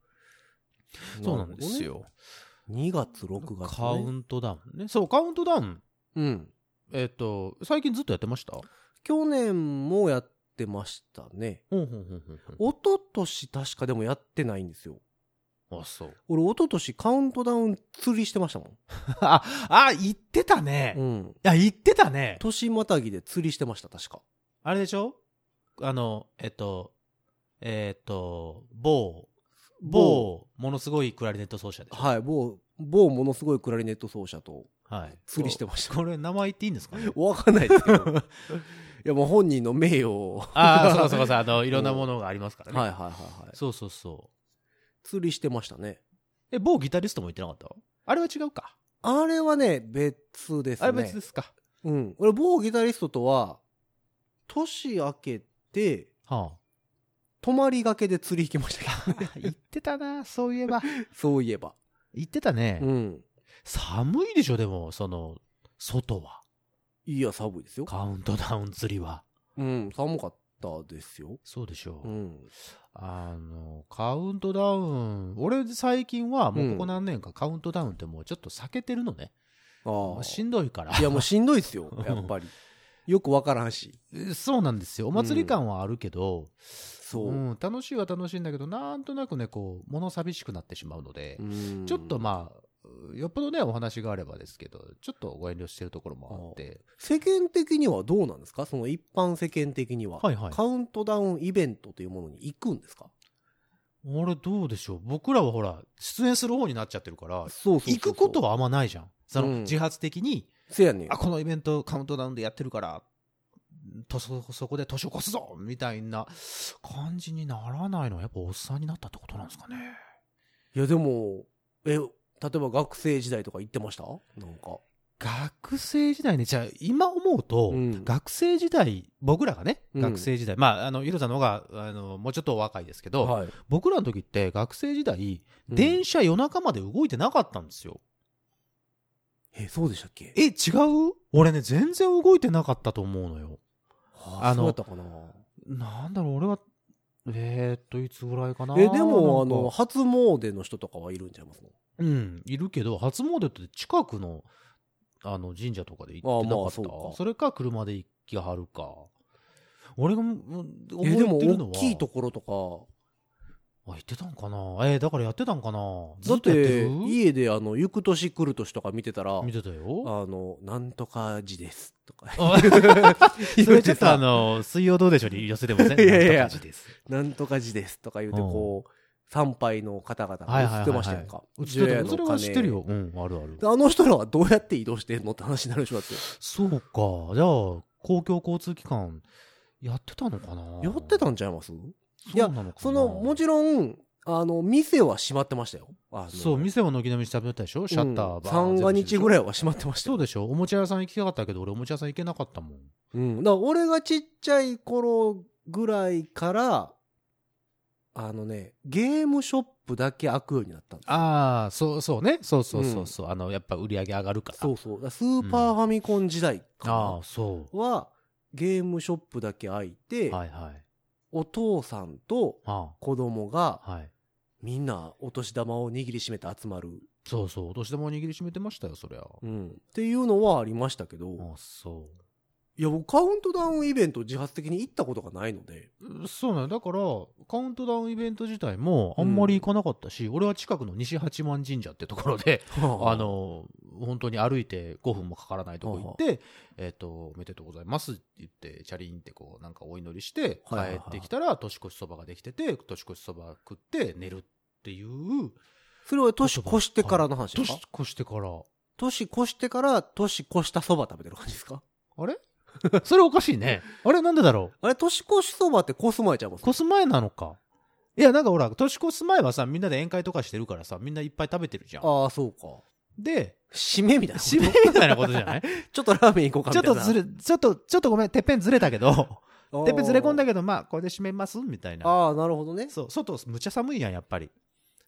[SPEAKER 3] そうなんですよ。
[SPEAKER 2] 2月6月、ね、
[SPEAKER 3] カウントダウンね。そう、カウントダウン。
[SPEAKER 2] うん
[SPEAKER 3] えっと、最近ずっとやってました
[SPEAKER 2] 去年もやってましたね
[SPEAKER 3] ほんほんほんほんほん
[SPEAKER 2] 一昨年確かでもやってないんですよ
[SPEAKER 3] あ、そう。
[SPEAKER 2] 俺一昨年カウントダウン釣りしてましたもん
[SPEAKER 3] あ、あ、言ってたね。
[SPEAKER 2] う
[SPEAKER 3] い
[SPEAKER 2] ん
[SPEAKER 3] や、言ってたね。
[SPEAKER 2] 年またぎで釣りしてました確か
[SPEAKER 3] あれでしょあの、えっと、えっと、某、某、ものすごいクラリネット奏者でしょ。
[SPEAKER 2] はい某某ものすごいクラリネット奏者と
[SPEAKER 3] はい。
[SPEAKER 2] 釣りしてました
[SPEAKER 3] これ、名前言っていいんで すかね
[SPEAKER 2] わかんないですけ どいやもう本人の名誉を
[SPEAKER 3] ああ、そうかそうかそう、あの、いろんなものがありますからね。
[SPEAKER 2] はいはいはいはい
[SPEAKER 3] そうそうそう。
[SPEAKER 2] 釣りしてましたね
[SPEAKER 3] え、某ギタリストも言ってなかったあれは違うか。
[SPEAKER 2] あれはね別ですね
[SPEAKER 3] あれ別ですか。
[SPEAKER 2] うん俺某ギタリストとは年明けて
[SPEAKER 3] は
[SPEAKER 2] 泊まりがけで釣り行きましたけ どね
[SPEAKER 3] あ。言ってたな、そういえば。
[SPEAKER 2] そういえば
[SPEAKER 3] 言ってた ね。
[SPEAKER 2] うん
[SPEAKER 3] 寒いでしょ、でも、その、外は。
[SPEAKER 2] いや寒いですよ
[SPEAKER 3] カウントダウン釣りは。
[SPEAKER 2] うん寒かったですよ
[SPEAKER 3] そうでしょう。
[SPEAKER 2] うん
[SPEAKER 3] あの、カウントダウン、俺最近はもうここ何年かカウントダウンってもうちょっと避けてるのね。
[SPEAKER 2] ああ
[SPEAKER 3] しんどいから。
[SPEAKER 2] いやもうしんどいっす よやっぱりよくわからんし
[SPEAKER 3] そうなんですよ。お祭り感はあるけど、
[SPEAKER 2] そう、
[SPEAKER 3] うん楽しいは楽しいんだけど、なんとなくね、こう、物寂しくなってしまうので、
[SPEAKER 2] うん
[SPEAKER 3] ちょっとまあ、よっぽどね、お話があればですけど、ちょっとご遠慮してるところもあって、
[SPEAKER 2] 世間的にはどうなんですかその一般世間的には、
[SPEAKER 3] はいはい
[SPEAKER 2] カウントダウンイベントというものに行くんですか
[SPEAKER 3] あれどうでしょう僕らはほら、出演する方になっちゃってるから、
[SPEAKER 2] そう
[SPEAKER 3] 行くこと
[SPEAKER 2] は
[SPEAKER 3] はあんまないじゃん。その、
[SPEAKER 2] うん
[SPEAKER 3] 自発的に、
[SPEAKER 2] せやねん
[SPEAKER 3] あこのイベントカウントダウンでやってるからとそそこで年を越すぞみたいな感じにならないのはやっぱおっさんになったってことなんですかね
[SPEAKER 2] いやでもえ例えば学生時代とか行ってましたなんか
[SPEAKER 3] 学生時代ねじゃあ今思うと、
[SPEAKER 2] うん
[SPEAKER 3] 学生時代僕らがね
[SPEAKER 2] うん
[SPEAKER 3] 学生時代、まああのヒロさんの方があのもうちょっとお若いですけど、
[SPEAKER 2] はい、
[SPEAKER 3] 僕らの時って学生時代、
[SPEAKER 2] うん
[SPEAKER 3] 電車夜中まで動いてなかったんですよ
[SPEAKER 2] えそうでしたっけ
[SPEAKER 3] え違う俺ね全然動いてなかったと思うのよ
[SPEAKER 2] はあ、
[SPEAKER 3] あの
[SPEAKER 2] そうやったかな
[SPEAKER 3] なんだろう俺はえー、っといつぐらいかな
[SPEAKER 2] えでもあ
[SPEAKER 3] なんか
[SPEAKER 2] の初詣の人とかはいるんちゃいますの
[SPEAKER 3] うん、いるけど、初詣って近くの、あの、神社とかで行ってなかった。
[SPEAKER 2] ああまあそう
[SPEAKER 3] そ
[SPEAKER 2] か
[SPEAKER 3] れか車で行きはるか。俺がもう覚
[SPEAKER 2] え
[SPEAKER 3] え
[SPEAKER 2] でも
[SPEAKER 3] てるのは。
[SPEAKER 2] 大きいところとか
[SPEAKER 3] あ、行ってたんかなえーだからやってたんかなず
[SPEAKER 2] だ
[SPEAKER 3] っ
[SPEAKER 2] っ
[SPEAKER 3] とやって
[SPEAKER 2] て
[SPEAKER 3] る
[SPEAKER 2] 家であの行く年来る年とか見てたら
[SPEAKER 3] 見てたよ。
[SPEAKER 2] あのなんとか字ですとか
[SPEAKER 3] それちょっとあの、水曜どうでしょうに寄せ てません
[SPEAKER 2] いやいやいや
[SPEAKER 3] なんとか字です。
[SPEAKER 2] なんとか字ですとか言うてこう参拝の方々
[SPEAKER 3] はいは
[SPEAKER 2] が映っ
[SPEAKER 3] いはい
[SPEAKER 2] て
[SPEAKER 3] はい
[SPEAKER 2] ましたやんか
[SPEAKER 3] 映ってた
[SPEAKER 2] 除夜
[SPEAKER 3] よ。
[SPEAKER 2] の
[SPEAKER 3] それは知ってるよ。うん、あるある
[SPEAKER 2] 鐘。あの人らはどうやって移動してんのって話になるでしょだって
[SPEAKER 3] そうか。じゃあ、公共交通機関、やってたのかな
[SPEAKER 2] やってたんちゃいます
[SPEAKER 3] そうなのかな
[SPEAKER 2] そのもちろんあの店は閉まってましたよあの
[SPEAKER 3] そう、店は軒並み食べたでしょシャッターバー
[SPEAKER 2] 三
[SPEAKER 3] ン
[SPEAKER 2] が日ぐ
[SPEAKER 3] い。
[SPEAKER 2] らいは閉まってました
[SPEAKER 3] そう
[SPEAKER 2] よ
[SPEAKER 3] でしょおもちゃ屋さん行きたかったけど、俺おもちゃ屋さん行けなかったもん。
[SPEAKER 2] うん、だから俺がちっちゃい頃ぐらいからあのねゲームショップだけ開くようになったんですよ
[SPEAKER 3] ああ、そうそうね。そうそうそうそう。あの、やっぱ売り上げ上がるから。
[SPEAKER 2] そうそうだからスーパーファミコン時代
[SPEAKER 3] あ
[SPEAKER 2] か
[SPEAKER 3] あ、そ。
[SPEAKER 2] なはゲームショップだけ開いうて、
[SPEAKER 3] はいはい。
[SPEAKER 2] お父さんと
[SPEAKER 3] あ
[SPEAKER 2] 子供が
[SPEAKER 3] あ、はい。
[SPEAKER 2] みんなお年玉を握りしめて集まる、
[SPEAKER 3] そうそう。お年玉を握りしめてましたよ、そりゃ。
[SPEAKER 2] うん、っていうのはありましたけど、
[SPEAKER 3] ああ、そう。
[SPEAKER 2] いや、僕カウントダウンイベント自発的に行ったことがないので。
[SPEAKER 3] そうなんだからカウントダウンイベント自体もあんまり行かなかったし、俺は近くの西八幡神社ってところで、 あ、の本当に歩いて5分もかからないとこ行って「えっとおめでとうございます」って言ってチャリンってこうなんかお祈りして帰
[SPEAKER 2] はいはいはい
[SPEAKER 3] ってきたら年越しそばができてて年越しそば食って寝るっていう
[SPEAKER 2] それは年越してからの話です
[SPEAKER 3] 年
[SPEAKER 2] か
[SPEAKER 3] 越してから
[SPEAKER 2] 年越してから年越したそば食べてる感じですか
[SPEAKER 3] あれ それおかしいね あれなんでだろう
[SPEAKER 2] あれ、年越しそばってコスマイちゃうんですか
[SPEAKER 3] 越す前なのかいやなんかほら年越す前はさみんなで宴会とかしてるからさみんないっぱい食べてるじゃん
[SPEAKER 2] ああ、そうか。
[SPEAKER 3] で
[SPEAKER 2] 締めみたいな。
[SPEAKER 3] 締めみたいなことじゃない
[SPEAKER 2] ちょっとラーメン行こうか
[SPEAKER 3] ちょ
[SPEAKER 2] み
[SPEAKER 3] っ
[SPEAKER 2] い
[SPEAKER 3] たと
[SPEAKER 2] な。
[SPEAKER 3] ずれちょっとちょっとごめんてっぺんずれたけど
[SPEAKER 2] あー、
[SPEAKER 3] てっぺんずれ込んだけどまあこれで締めますみたいな
[SPEAKER 2] ああ、なるほどね。
[SPEAKER 3] そう外むちゃ寒いやんやっぱり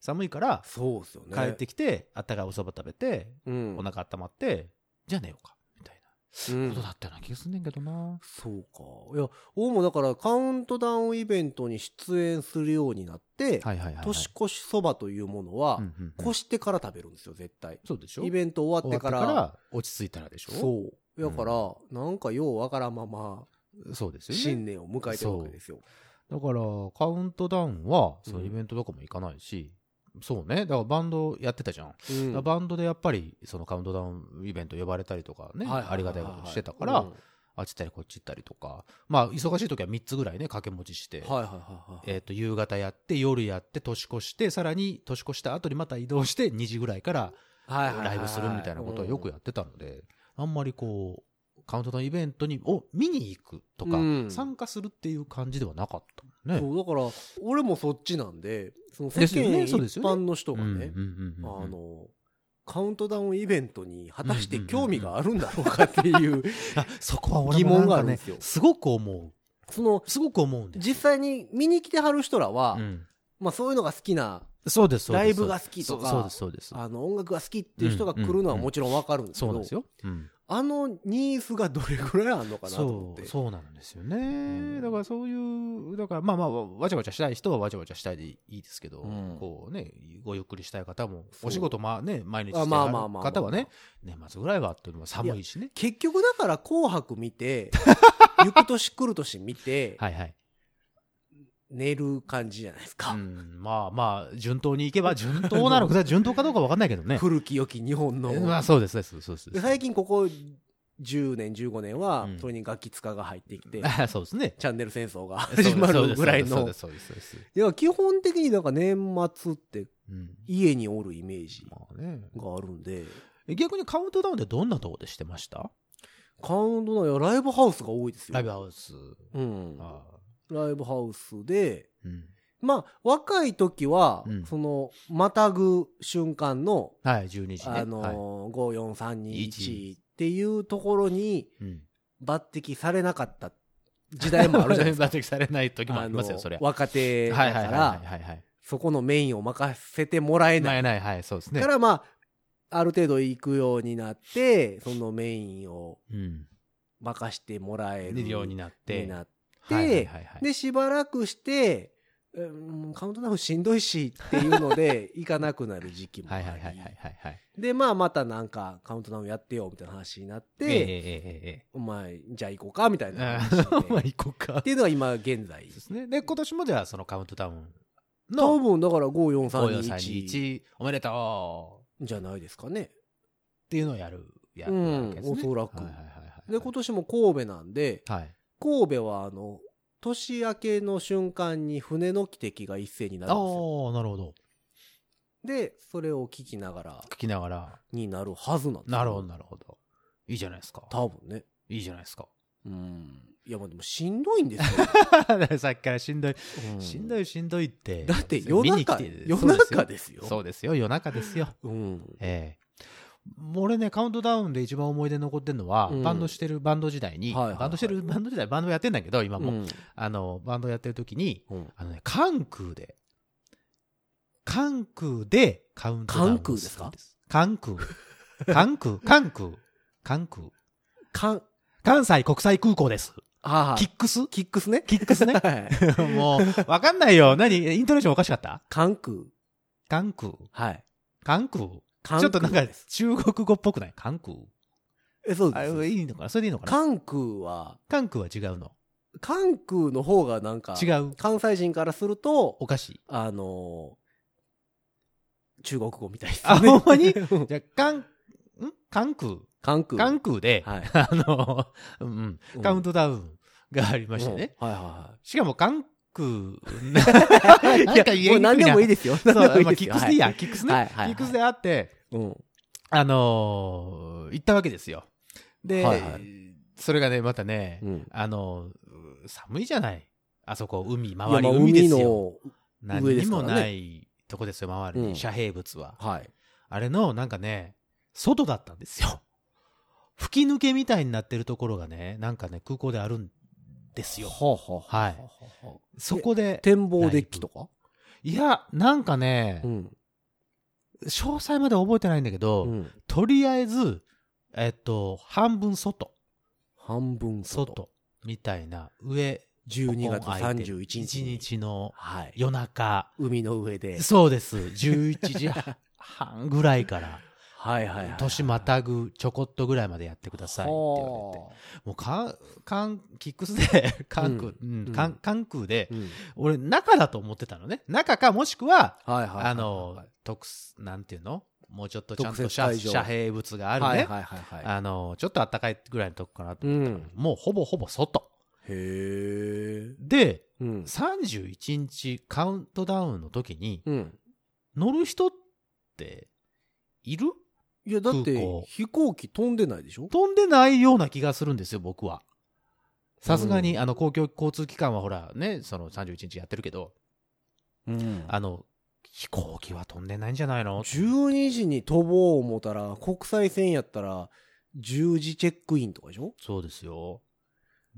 [SPEAKER 3] 寒いから
[SPEAKER 2] そうですよね。
[SPEAKER 3] 帰ってきて、あったかいお蕎麦食べて
[SPEAKER 2] うん。
[SPEAKER 3] お腹温まってじゃあ寝ようかみたい
[SPEAKER 2] うん
[SPEAKER 3] なことだったような気がすんねんけどな
[SPEAKER 2] そうか。いや、俺もだからカウントダウンイベントに出演するようになって、
[SPEAKER 3] はいはいはい、はい、
[SPEAKER 2] 年越しそばというものは
[SPEAKER 3] う、んうんうん
[SPEAKER 2] 越してから食べるんですよ、絶対。
[SPEAKER 3] そうでしょ
[SPEAKER 2] イベント終わってから。
[SPEAKER 3] 終わってから落ち着いたらでしょ
[SPEAKER 2] そう。だから、なんかようわからんまま、
[SPEAKER 3] うそうですよね
[SPEAKER 2] 新年を迎えてるわけですよ。
[SPEAKER 3] だから、カウントダウンは、そうの
[SPEAKER 2] ん
[SPEAKER 3] イベントとかも行かないし、そうね。だからバンドやってたじゃん。
[SPEAKER 2] うん
[SPEAKER 3] だからバンドでやっぱり、そのカウントダウンイベント呼ばれたりとか
[SPEAKER 2] はい
[SPEAKER 3] ね、
[SPEAKER 2] はいはいはい
[SPEAKER 3] ありがたいことしてたから、
[SPEAKER 2] うん
[SPEAKER 3] あっち行ったりこっち行ったりとか、まあ、忙しい時は3つぐらいね、掛け持ちして、
[SPEAKER 2] はいはいはいはい。
[SPEAKER 3] えっ、と、夕方やって、夜やって、年越して、さらに年越した後にまた移動して、2時ぐらいから
[SPEAKER 2] はいはいはいはい
[SPEAKER 3] ライブするみたいなことをよくやってたので、あんまりこう、カウントダウンイベントに、を見に行くとか、
[SPEAKER 2] うん
[SPEAKER 3] 参加するっていう感じではなかったもんね。
[SPEAKER 2] そう、だから、俺もそっちなんで、その世
[SPEAKER 3] ですよ
[SPEAKER 2] 間
[SPEAKER 3] ね
[SPEAKER 2] 一
[SPEAKER 3] そうですよね
[SPEAKER 2] 般の人がね
[SPEAKER 3] う、んうんうんうん
[SPEAKER 2] あの、カウントダウンイベントに果たして興味があるんだろうかっていう、
[SPEAKER 3] あそこは俺も
[SPEAKER 2] 疑
[SPEAKER 3] なん
[SPEAKER 2] 問があ
[SPEAKER 3] か
[SPEAKER 2] るんで
[SPEAKER 3] ね
[SPEAKER 2] すよ
[SPEAKER 3] すごく思
[SPEAKER 2] その、
[SPEAKER 3] うすごく思うんです、
[SPEAKER 2] 実際に見に来てはる人らは、
[SPEAKER 3] うん
[SPEAKER 2] まあそういうのが好きな、
[SPEAKER 3] そうですそうで
[SPEAKER 2] ラ
[SPEAKER 3] す
[SPEAKER 2] イブが好きと
[SPEAKER 3] そうで
[SPEAKER 2] か
[SPEAKER 3] す、そうですそうで
[SPEAKER 2] あの音楽が好きっていう人が来るのはもちろんわかるんですすけ
[SPEAKER 3] そ
[SPEAKER 2] ど、
[SPEAKER 3] うなんですよ、うん、
[SPEAKER 2] あのニーズがどれぐらいあるのかなと思っ
[SPEAKER 3] そ
[SPEAKER 2] て。
[SPEAKER 3] うそうなんですよね、
[SPEAKER 2] ん
[SPEAKER 3] だからそういうだからまあまあわちゃわちゃしたい人はわちゃわちゃしたいでいいですけど、
[SPEAKER 2] うん
[SPEAKER 3] こうねごゆっくりしたい方も
[SPEAKER 2] そう
[SPEAKER 3] お仕事まあね毎日して
[SPEAKER 2] あ
[SPEAKER 3] る
[SPEAKER 2] まあまあまあ
[SPEAKER 3] 方はね年末ぐらいはっていうのは寒いしね
[SPEAKER 2] 結局だから紅白見 て、行く年来る年見て、
[SPEAKER 3] はいはい、
[SPEAKER 2] 寝る感じじゃないですか。
[SPEAKER 3] うん、まあまあ順当にいけば順当なのか 順当かどうかわかんないけどね
[SPEAKER 2] 古き良き日本の。
[SPEAKER 3] まあそうですそうですそうです
[SPEAKER 2] で最近ここ10年、15年は
[SPEAKER 3] うん、
[SPEAKER 2] それにガキ使が入ってき て、
[SPEAKER 3] あ そうですね
[SPEAKER 2] チャンネル戦争が始まるぐらい
[SPEAKER 3] そう
[SPEAKER 2] の
[SPEAKER 3] で。すそうですそうですそうです
[SPEAKER 2] いや、基本的になんか年末って
[SPEAKER 3] うん
[SPEAKER 2] 家におるイメージ
[SPEAKER 3] まあね
[SPEAKER 2] があるんで、
[SPEAKER 3] 逆にカウントダウンでどんなとこでしてました
[SPEAKER 2] カウントのライブハウスが多いですよ。
[SPEAKER 3] ライブハウス
[SPEAKER 2] うん。
[SPEAKER 3] ああ
[SPEAKER 2] ライブハウスで、
[SPEAKER 3] うん
[SPEAKER 2] まあ、若い時は、
[SPEAKER 3] うん
[SPEAKER 2] その、またぐ瞬間の、
[SPEAKER 3] はい12時ね
[SPEAKER 2] あ
[SPEAKER 3] はい
[SPEAKER 2] のー、5、4、3、2、
[SPEAKER 3] 1
[SPEAKER 2] 1っていうところに
[SPEAKER 3] うん
[SPEAKER 2] 抜擢されなかった時代もあるじゃないですか。
[SPEAKER 3] 抜擢されない時もあります
[SPEAKER 2] あ
[SPEAKER 3] よ
[SPEAKER 2] の
[SPEAKER 3] そりゃ
[SPEAKER 2] 若手だ
[SPEAKER 3] はいはい
[SPEAKER 2] か
[SPEAKER 3] はい
[SPEAKER 2] ら
[SPEAKER 3] はい、はいはい
[SPEAKER 2] そこのメインを任せてもらえ
[SPEAKER 3] な
[SPEAKER 2] ないい。
[SPEAKER 3] ないはいそうですね
[SPEAKER 2] から、まあ、ある程度行くようになって、そのメインを
[SPEAKER 3] うん
[SPEAKER 2] 任してもらえる
[SPEAKER 3] ようになって
[SPEAKER 2] になっ
[SPEAKER 3] はいはいはいはい
[SPEAKER 2] で、しばらくして、うん、カウントダウンしんどいしっていうの で、行かなくなる時期もあ
[SPEAKER 3] はい
[SPEAKER 2] り。
[SPEAKER 3] はいはいはいはいはい
[SPEAKER 2] で、まあまたなんかカウントダウンやってよみたいな話になって、
[SPEAKER 3] えええええ
[SPEAKER 2] お前、じゃあ行こうかみたい
[SPEAKER 3] え
[SPEAKER 2] な
[SPEAKER 3] あ
[SPEAKER 2] 話で。
[SPEAKER 3] あまあ
[SPEAKER 2] っ
[SPEAKER 3] 行こうか
[SPEAKER 2] ていうのが今現在
[SPEAKER 3] そう。ですねで今年もじゃあそのカウントダウン
[SPEAKER 2] 多
[SPEAKER 3] の
[SPEAKER 2] 分だから5、4、3、2、1
[SPEAKER 3] 5431おめでとう
[SPEAKER 2] じゃないですかね。
[SPEAKER 3] っていうのをやる、やる
[SPEAKER 2] うん
[SPEAKER 3] わけです
[SPEAKER 2] お
[SPEAKER 3] ね
[SPEAKER 2] そらく
[SPEAKER 3] はいはいはいはい、
[SPEAKER 2] で、今年も神戸なんで、
[SPEAKER 3] はい。
[SPEAKER 2] 神戸はあの、年明けの瞬間に船の汽笛が一斉にな
[SPEAKER 3] ああ
[SPEAKER 2] るんですよ。
[SPEAKER 3] ー、なるほど。
[SPEAKER 2] で、それを聞きながら
[SPEAKER 3] 聞きながら。
[SPEAKER 2] になるはずなんですよ
[SPEAKER 3] なるほど、なるほど。いいじゃないですか。
[SPEAKER 2] 多分ね。
[SPEAKER 3] いいじゃないですか。
[SPEAKER 2] うん。いや、まあでもしんどいんです よ。
[SPEAKER 3] さっきからしんどい、
[SPEAKER 2] うん
[SPEAKER 3] しんどい、しんどいって。
[SPEAKER 2] だって夜
[SPEAKER 3] 見に来
[SPEAKER 2] 中
[SPEAKER 3] て、
[SPEAKER 2] 夜中ですよ。
[SPEAKER 3] そうですよ、夜中ですよ。
[SPEAKER 2] うん。
[SPEAKER 3] ええ。俺ね、カウントダウンで一番思い出に残ってるのは、
[SPEAKER 2] うん
[SPEAKER 3] バンドしてるバンド時代に、
[SPEAKER 2] はいはいはい
[SPEAKER 3] バンドしてるバンド時代、バンドやってんだけど、今も、
[SPEAKER 2] うん
[SPEAKER 3] あの、バンドやってる時に、
[SPEAKER 2] うん
[SPEAKER 3] あのね、関空で、関空でカウントダウンをるんです。関空。関空。関空。関空。
[SPEAKER 2] かん、
[SPEAKER 3] 関西国際空港です。
[SPEAKER 2] ああ、
[SPEAKER 3] キックス
[SPEAKER 2] キックスね。
[SPEAKER 3] キックスね。
[SPEAKER 2] はい。
[SPEAKER 3] もう、わかんないよ。何イントネーションおかしかった
[SPEAKER 2] 関空。
[SPEAKER 3] 関空。
[SPEAKER 2] はい。
[SPEAKER 3] 関空。
[SPEAKER 2] 関空
[SPEAKER 3] ちょっとなんか
[SPEAKER 2] です
[SPEAKER 3] 中国語っぽくない関空。
[SPEAKER 2] え、そう
[SPEAKER 3] あ
[SPEAKER 2] です。
[SPEAKER 3] いいのかなそれでいいのかな
[SPEAKER 2] 関空は、
[SPEAKER 3] 関空は違うの。
[SPEAKER 2] 関空の方がなんか、
[SPEAKER 3] 違う。
[SPEAKER 2] 関西人からすると、
[SPEAKER 3] お菓子。
[SPEAKER 2] あのー中国語みたいです
[SPEAKER 3] あほん まに
[SPEAKER 2] うん
[SPEAKER 3] じゃあ、関、ん関空
[SPEAKER 2] 関空。
[SPEAKER 3] 関空で、
[SPEAKER 2] はい。
[SPEAKER 3] あの、うん、カウン
[SPEAKER 2] ト
[SPEAKER 3] トダウンがありましてね。。
[SPEAKER 2] うんはいはいは
[SPEAKER 3] しか も関空、
[SPEAKER 2] い。
[SPEAKER 3] なんか言えにくいな
[SPEAKER 2] もう何でもいいですよ。
[SPEAKER 3] そう、
[SPEAKER 2] 何でもいい
[SPEAKER 3] まあ
[SPEAKER 2] です
[SPEAKER 3] キッ
[SPEAKER 2] よ。
[SPEAKER 3] クスでいいや、キックスね。
[SPEAKER 2] はいはいはい
[SPEAKER 3] キックスであって、
[SPEAKER 2] うん。
[SPEAKER 3] あのー行ったわけですよ。で、
[SPEAKER 2] はいは
[SPEAKER 3] それがね、またね、
[SPEAKER 2] うん。
[SPEAKER 3] あのー寒いじゃない。あそこ、海、
[SPEAKER 2] いや
[SPEAKER 3] 周り
[SPEAKER 2] まあ
[SPEAKER 3] 海ですよ。
[SPEAKER 2] 海の
[SPEAKER 3] 何
[SPEAKER 2] 上で
[SPEAKER 3] に
[SPEAKER 2] すか
[SPEAKER 3] も
[SPEAKER 2] らね
[SPEAKER 3] ないとこですよ、周りに。
[SPEAKER 2] うん
[SPEAKER 3] 遮蔽物は。
[SPEAKER 2] はい。
[SPEAKER 3] あれの、なんかね、外だったんですよ。吹き抜けみたいになってるところがね、なんかね、空港であるんですよ。
[SPEAKER 2] はあはあ
[SPEAKER 3] はい
[SPEAKER 2] はあはあ
[SPEAKER 3] そこで、
[SPEAKER 2] 展望デッキとか
[SPEAKER 3] いや、なんかね、
[SPEAKER 2] ん。
[SPEAKER 3] 詳細まで覚えてないんだけど、
[SPEAKER 2] うん
[SPEAKER 3] とりあえず、えっと、半分外、
[SPEAKER 2] 半分外。
[SPEAKER 3] 外、みたいな、上、
[SPEAKER 2] 12月
[SPEAKER 3] ポコン開いて
[SPEAKER 2] 31日に
[SPEAKER 3] 一日の
[SPEAKER 2] はい。
[SPEAKER 3] 夜中、
[SPEAKER 2] 海の上で。
[SPEAKER 3] そうです、11時半ぐらいから、
[SPEAKER 2] はいはいはい。
[SPEAKER 3] 年またぐちょこっとぐらいまでやってくださいって言われて。もうかん、かん、キックス で、関空、うん、かん
[SPEAKER 2] うん
[SPEAKER 3] 関空で、
[SPEAKER 2] て。うん
[SPEAKER 3] 俺、中だと思ってたのね。中か、もしくは、
[SPEAKER 2] はいはいはいはい。
[SPEAKER 3] あの、特す、なんていうのもうちょっとちゃんと
[SPEAKER 2] 特設
[SPEAKER 3] 遮
[SPEAKER 2] 会場
[SPEAKER 3] 遮蔽物があるね。
[SPEAKER 2] はいはいはいは
[SPEAKER 3] あの、ちょっと暖かいぐらいのとこかなと
[SPEAKER 2] い。う
[SPEAKER 3] 思ったの
[SPEAKER 2] ん。
[SPEAKER 3] もうほぼほぼ外。
[SPEAKER 2] へえ。
[SPEAKER 3] で、
[SPEAKER 2] うん。
[SPEAKER 3] 31日カウントダウンの時に、
[SPEAKER 2] うん。
[SPEAKER 3] 乗る人って、いる
[SPEAKER 2] いや、だって
[SPEAKER 3] 空港、
[SPEAKER 2] 飛行機飛んでないでしょ
[SPEAKER 3] 飛んでないような気がするんですよ、僕は。さすがに、あの、公共交通機関はほら、ね、その31日やってるけど、
[SPEAKER 2] うん
[SPEAKER 3] あの、飛行機は飛んでないんじゃないの
[SPEAKER 2] 12時に飛ぼう思ったら、国際線やったら、10時チェックインとかでしょ
[SPEAKER 3] そうですよ。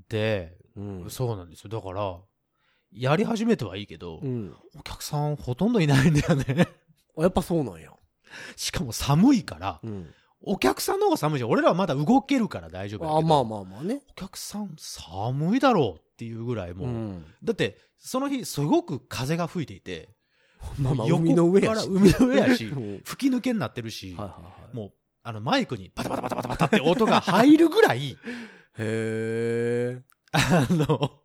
[SPEAKER 3] で、
[SPEAKER 2] うん
[SPEAKER 3] そうなんですよ。だから、やり始めてはいいけど、
[SPEAKER 2] うん。
[SPEAKER 3] お客さんほとんどいないんだよね。
[SPEAKER 2] あやっぱそうなんや。
[SPEAKER 3] しかも寒いから、
[SPEAKER 2] うん。
[SPEAKER 3] お客さんの方が寒いじゃん。俺らはまだ動けるから大丈夫やけど
[SPEAKER 2] あ、まあまあまあね。
[SPEAKER 3] お客さん寒いだろうっていうぐらいもう、
[SPEAKER 2] ん。
[SPEAKER 3] だって、その日すごく風が吹いていて、
[SPEAKER 2] まあまあ、
[SPEAKER 3] 横
[SPEAKER 2] 海の上や
[SPEAKER 3] から
[SPEAKER 2] し。
[SPEAKER 3] 海の上やし
[SPEAKER 2] うんはい
[SPEAKER 3] 吹き抜けになってるし、
[SPEAKER 2] はいはい。
[SPEAKER 3] もう、あの、マイクにバタバタバタバタバタって音が入るぐらい、
[SPEAKER 2] へえ。
[SPEAKER 3] あの、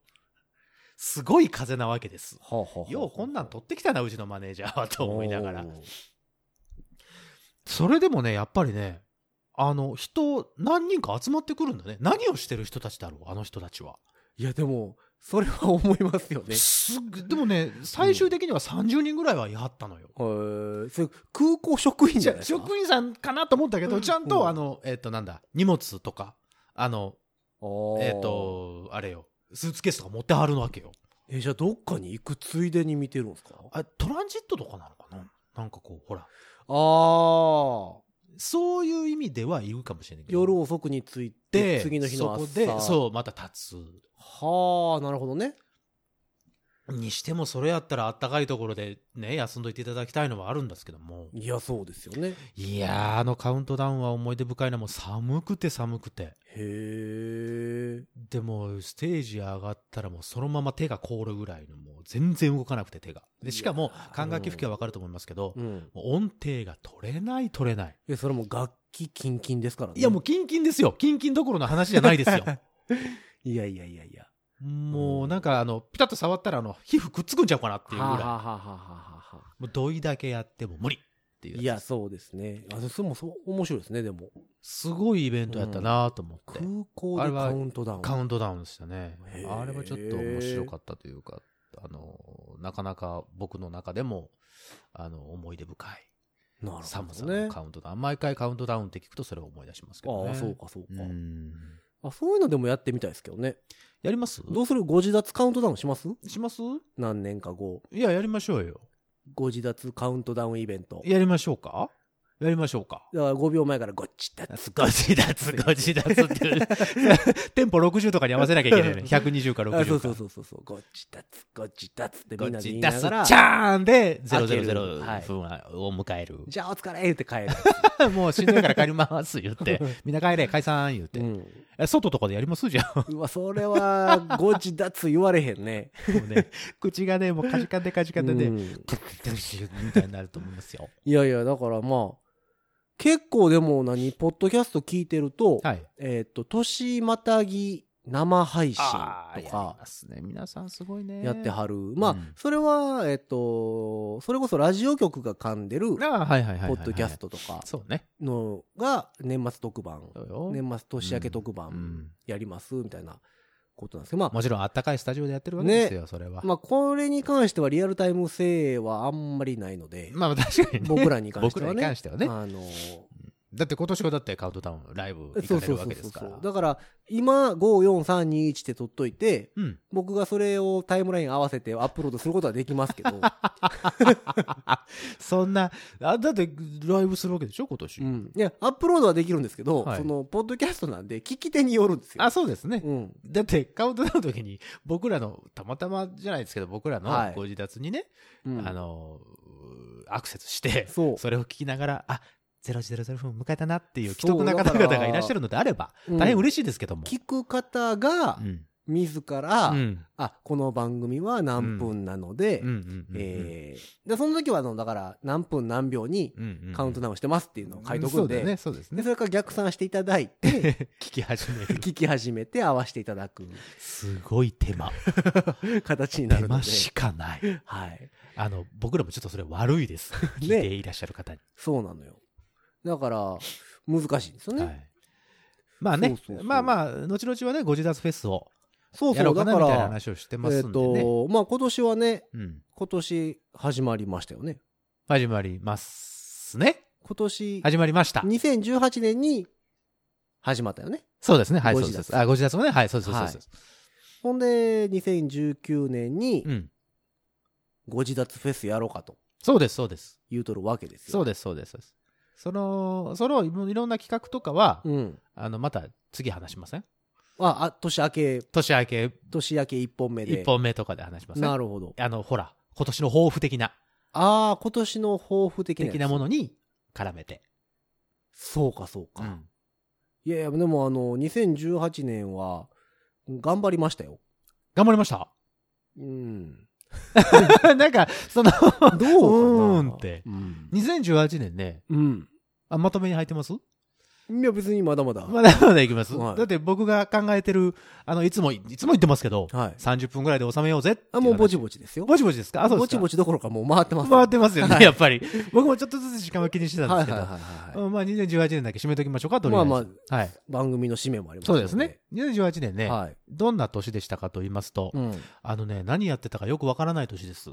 [SPEAKER 3] すごい風なわけです。
[SPEAKER 2] はあはあはあ
[SPEAKER 3] ようこんなん取ってきたな、うちのマネージャーはと思いながら
[SPEAKER 2] お。ー
[SPEAKER 3] それでもね、やっぱりね、あの、人、何人か集まってくるんだね。何をしてる人たちだろう、あの人たちは。
[SPEAKER 2] いや、でも、それは思いますよね。
[SPEAKER 3] すっごでもね、最終的には30人ぐらいはいはったのよ。
[SPEAKER 2] へーそれ空港職員じ
[SPEAKER 3] じ
[SPEAKER 2] ゃ
[SPEAKER 3] ゃ
[SPEAKER 2] ないですか
[SPEAKER 3] 職員さんかなと思ったけど、ちゃん
[SPEAKER 2] うん
[SPEAKER 3] と、あの、えっ、と、なんだ、荷物とか、あの、
[SPEAKER 2] え
[SPEAKER 3] えっ、と、あれよ、スーツケースとか持ってはるわけよ。
[SPEAKER 2] えじゃあどっかに行くついでに見てるんですかあ
[SPEAKER 3] あトランジットとかなのかななんかこう、ほら、
[SPEAKER 2] あー
[SPEAKER 3] そういう意味ではいるかもしれないけど。
[SPEAKER 2] 夜遅くに着いて
[SPEAKER 3] で、
[SPEAKER 2] 次の日の朝
[SPEAKER 3] そこで、そう、また立つ。
[SPEAKER 2] はあなるほどね
[SPEAKER 3] にしてもそれやったらあったかいところでね、休んどいていただきたいのはあるんですけども。
[SPEAKER 2] いやそうですよねへ
[SPEAKER 3] いやー、あのカウントダウンは思い出深いな。もう寒くて寒くて。
[SPEAKER 2] え
[SPEAKER 3] でも、ステージ上がったらもうそのまま手が凍るぐらいの、もう全然動かなくて手が。で、しか
[SPEAKER 2] い
[SPEAKER 3] も
[SPEAKER 2] やー、
[SPEAKER 3] 管楽器吹きはわかると思いますけど、
[SPEAKER 2] うん
[SPEAKER 3] もう音程が取れない取れない。
[SPEAKER 2] えそれも楽器キンキンですからね
[SPEAKER 3] いや、もうキンキンですよ。キンキンどころの話じゃないです よ。
[SPEAKER 2] いやいやいやいや
[SPEAKER 3] もうなんかあの、ピタッと触ったらあの、皮膚くっつくんちゃうかなっていうぐ
[SPEAKER 2] はあはあ
[SPEAKER 3] らい。
[SPEAKER 2] はあはあはあ
[SPEAKER 3] もう土井だけやっても無理っていう。
[SPEAKER 2] いやそうですねあそれもそう面白いですねでも
[SPEAKER 3] すごいイベントやったなと思って、
[SPEAKER 2] 空港
[SPEAKER 3] あ
[SPEAKER 2] で
[SPEAKER 3] れは
[SPEAKER 2] カウントダウン
[SPEAKER 3] カウントダウンでしたね
[SPEAKER 2] へ。ー
[SPEAKER 3] あれはちょっと面白かったというか、あの、なかなか僕の中でも、あの、思い出深い
[SPEAKER 2] なる
[SPEAKER 3] 寒
[SPEAKER 2] ほ
[SPEAKER 3] さ
[SPEAKER 2] どね
[SPEAKER 3] のカウントダウン、毎回カウントダウンって聞くとそれを思い出しますけどね。
[SPEAKER 2] ああそうかそうか、
[SPEAKER 3] うん。
[SPEAKER 2] あそういうのでもやってみたいですけどね
[SPEAKER 3] やります
[SPEAKER 2] どうするご自立カウントダウンします
[SPEAKER 3] します
[SPEAKER 2] 何年か後
[SPEAKER 3] いや、やりましょうよ。
[SPEAKER 2] ご自立カウントダウンイベント
[SPEAKER 3] やりましょうかやりましょうか。
[SPEAKER 2] だから5秒前からごっちだつ
[SPEAKER 3] ご自立、ご自立っていう。 テンポ60とかに合わせなきゃいけないね。120か60か。
[SPEAKER 2] あそうそうそうそうそうごっちだつごっちだつってみんなで言いながら
[SPEAKER 3] チャーンで
[SPEAKER 2] 開けるはい
[SPEAKER 3] 000分を迎える。
[SPEAKER 2] じゃあお疲れ言って帰る、
[SPEAKER 3] もうしんどいから帰ります言って。 みんな帰れ、解散言って。
[SPEAKER 2] うん、
[SPEAKER 3] え外とかでやりますじゃん。も
[SPEAKER 2] うわそれはご自立言われへんね
[SPEAKER 3] うね、 口がね、もうカジカンでカジカンで
[SPEAKER 2] う
[SPEAKER 3] ね、
[SPEAKER 2] ん
[SPEAKER 3] プップップッみたいになると思いますよ。
[SPEAKER 2] いやいやだからまあ結構でも何、ポッドキャスト聞いてると、
[SPEAKER 3] はい。
[SPEAKER 2] えっ、と、年またぎ生配信
[SPEAKER 3] あ
[SPEAKER 2] と
[SPEAKER 3] ーやり
[SPEAKER 2] か
[SPEAKER 3] ますね。皆さんすごいね。
[SPEAKER 2] やってはる。まあ、
[SPEAKER 3] うん
[SPEAKER 2] それは、えっ、と、それこそラジオ局が噛んでる、ポ
[SPEAKER 3] あーはいはいはいはいはい。
[SPEAKER 2] ッドキャストとか
[SPEAKER 3] そうね。
[SPEAKER 2] のが年末特番、
[SPEAKER 3] そうよ。
[SPEAKER 2] 年末年明け特
[SPEAKER 3] う
[SPEAKER 2] 番
[SPEAKER 3] ん
[SPEAKER 2] やります、みたいなことなんですけど、まあ、
[SPEAKER 3] もちろんあったかいスタジオでやってるわけですよ、それは。
[SPEAKER 2] まあ、これに関してはリアルタイム性はあんまりないので、
[SPEAKER 3] まあ確かにね。
[SPEAKER 2] 僕らに関して
[SPEAKER 3] 僕ら
[SPEAKER 2] は
[SPEAKER 3] に
[SPEAKER 2] ね
[SPEAKER 3] 関。してはね。
[SPEAKER 2] あの
[SPEAKER 3] だって今年はだってカウントダウンライブ行
[SPEAKER 2] そう
[SPEAKER 3] か
[SPEAKER 2] そ
[SPEAKER 3] れ
[SPEAKER 2] う
[SPEAKER 3] る
[SPEAKER 2] そ
[SPEAKER 3] わ
[SPEAKER 2] う
[SPEAKER 3] けで
[SPEAKER 2] そ
[SPEAKER 3] す
[SPEAKER 2] う
[SPEAKER 3] から。
[SPEAKER 2] だから、今、5、4、3、2、1って取っといて、
[SPEAKER 3] うん。
[SPEAKER 2] 僕がそれをタイムライン合わせてアップロードすることはできますけ ど、
[SPEAKER 3] そんな、あだってライブするわけでしょ、今年。
[SPEAKER 2] うん。いや、アップロードはできるんですけど、
[SPEAKER 3] はい
[SPEAKER 2] その、ポッドキャストなんで、聞き手によるんですよ。
[SPEAKER 3] あ、そうですね。
[SPEAKER 2] うん。
[SPEAKER 3] だってカウントダウンの時に僕らの、たまたまじゃないですけど、僕らの
[SPEAKER 2] はい
[SPEAKER 3] ご自宅にね、
[SPEAKER 2] うん
[SPEAKER 3] あの、アクセス して、
[SPEAKER 2] そう
[SPEAKER 3] れを聞きながら、あ、0時00分迎えたなっていう既
[SPEAKER 2] そう
[SPEAKER 3] 得な方
[SPEAKER 2] だか
[SPEAKER 3] 々
[SPEAKER 2] ら
[SPEAKER 3] がいらっしゃるのであれば、
[SPEAKER 2] うん
[SPEAKER 3] 大変嬉しいですけども。
[SPEAKER 2] 聞く方が
[SPEAKER 3] う、ん。
[SPEAKER 2] 自ら、
[SPEAKER 3] うん。
[SPEAKER 2] あ、この番組は何分なので、
[SPEAKER 3] うんうんうん。
[SPEAKER 2] えーで、その時は、あの、だから、何分何秒に
[SPEAKER 3] うんうんうん
[SPEAKER 2] カウントダウンしてますっていうのを書いと
[SPEAKER 3] う
[SPEAKER 2] くん
[SPEAKER 3] んそうだ
[SPEAKER 2] で、
[SPEAKER 3] よね、そうです
[SPEAKER 2] で、
[SPEAKER 3] ね。
[SPEAKER 2] それから逆算していただいて、
[SPEAKER 3] 聞き始める。
[SPEAKER 2] 聞き始めて合わせていただく
[SPEAKER 3] すごい手間。
[SPEAKER 2] 形にな
[SPEAKER 3] 手
[SPEAKER 2] るの
[SPEAKER 3] 間
[SPEAKER 2] で、
[SPEAKER 3] しかない。
[SPEAKER 2] はい。
[SPEAKER 3] あの、僕らもちょっとそれ悪いです。聞いていらっしゃる方に。
[SPEAKER 2] そうなのよ。だから、難しいんですよね。
[SPEAKER 3] はい。まあね
[SPEAKER 2] そうそうそう
[SPEAKER 3] まあまあ、後々はね、ご自宅フェスを
[SPEAKER 2] そうそ
[SPEAKER 3] やろ
[SPEAKER 2] う、
[SPEAKER 3] うか
[SPEAKER 2] だ
[SPEAKER 3] な
[SPEAKER 2] か
[SPEAKER 3] みたいな
[SPEAKER 2] ら、
[SPEAKER 3] 話をしてま
[SPEAKER 2] えっ
[SPEAKER 3] すんでね。
[SPEAKER 2] と、まあ今年はね、
[SPEAKER 3] うん。
[SPEAKER 2] 今年始まりましたよね。
[SPEAKER 3] 始まりますね。
[SPEAKER 2] 今年、
[SPEAKER 3] 始まりました。
[SPEAKER 2] 2018年に始まったよね。
[SPEAKER 3] そうですね。はい、
[SPEAKER 2] ご
[SPEAKER 3] そう
[SPEAKER 2] 自
[SPEAKER 3] で
[SPEAKER 2] 宅
[SPEAKER 3] す。あ、ご自宅もね。はい、そうです。そうですそうです。
[SPEAKER 2] ほんで、2019年に
[SPEAKER 3] う、ん。
[SPEAKER 2] ご自立フェスやろうかと
[SPEAKER 3] そうです、そうです。
[SPEAKER 2] 言うとるわけですよ。
[SPEAKER 3] そうです、そうです。そうですその、その、いろんな企画とかは、
[SPEAKER 2] うん。
[SPEAKER 3] あの、また次話しません
[SPEAKER 2] あ、あ、年明け、
[SPEAKER 3] 年明け
[SPEAKER 2] 年明け1本目で。
[SPEAKER 3] 1本目とかで話しません
[SPEAKER 2] なるほど。
[SPEAKER 3] あの、ほら、今年の抱負的な、
[SPEAKER 2] ああ、今年の抱負的なやつ
[SPEAKER 3] 的なものに絡めて。
[SPEAKER 2] そうか、そう
[SPEAKER 3] う
[SPEAKER 2] か。
[SPEAKER 3] ん。
[SPEAKER 2] いやいや、でもあの、2018年は、頑張りましたよ。
[SPEAKER 3] 頑張りました
[SPEAKER 2] うん。
[SPEAKER 3] なんか、そ の、
[SPEAKER 2] どうかな
[SPEAKER 3] うーんって
[SPEAKER 2] うん。
[SPEAKER 3] 2018年ね、
[SPEAKER 2] うん。
[SPEAKER 3] あまとめに入ってます
[SPEAKER 2] いや、別にまだまだ。
[SPEAKER 3] まだまだいきます、
[SPEAKER 2] はい
[SPEAKER 3] だって僕が考えてる、あの、いつも、いつも言ってますけど、
[SPEAKER 2] はい。
[SPEAKER 3] 30分ぐらいで収めようぜってい
[SPEAKER 2] あ、もうぼち
[SPEAKER 3] ぼ
[SPEAKER 2] ぼちです
[SPEAKER 3] ち
[SPEAKER 2] よ。
[SPEAKER 3] ぼちぼちですかあ、そうで
[SPEAKER 2] ぼ
[SPEAKER 3] すか
[SPEAKER 2] ちぼちどころかもう回ってます。
[SPEAKER 3] 回ってますよね、
[SPEAKER 2] はい
[SPEAKER 3] やっぱ り。僕もちょっとずつ時間は気にしてたん
[SPEAKER 2] は
[SPEAKER 3] で
[SPEAKER 2] い
[SPEAKER 3] すけ
[SPEAKER 2] はい
[SPEAKER 3] ど。
[SPEAKER 2] はいは
[SPEAKER 3] うんまあ、2018年だけ締めときましょうか、とりあえず。
[SPEAKER 2] まあま
[SPEAKER 3] はい。
[SPEAKER 2] い。番組の使命もあります
[SPEAKER 3] そ
[SPEAKER 2] の
[SPEAKER 3] うですね。。2018年ね、
[SPEAKER 2] はい。
[SPEAKER 3] どんな年でしたかと言いますと、
[SPEAKER 2] うん。
[SPEAKER 3] あのね、何やってたかよくわからない年です。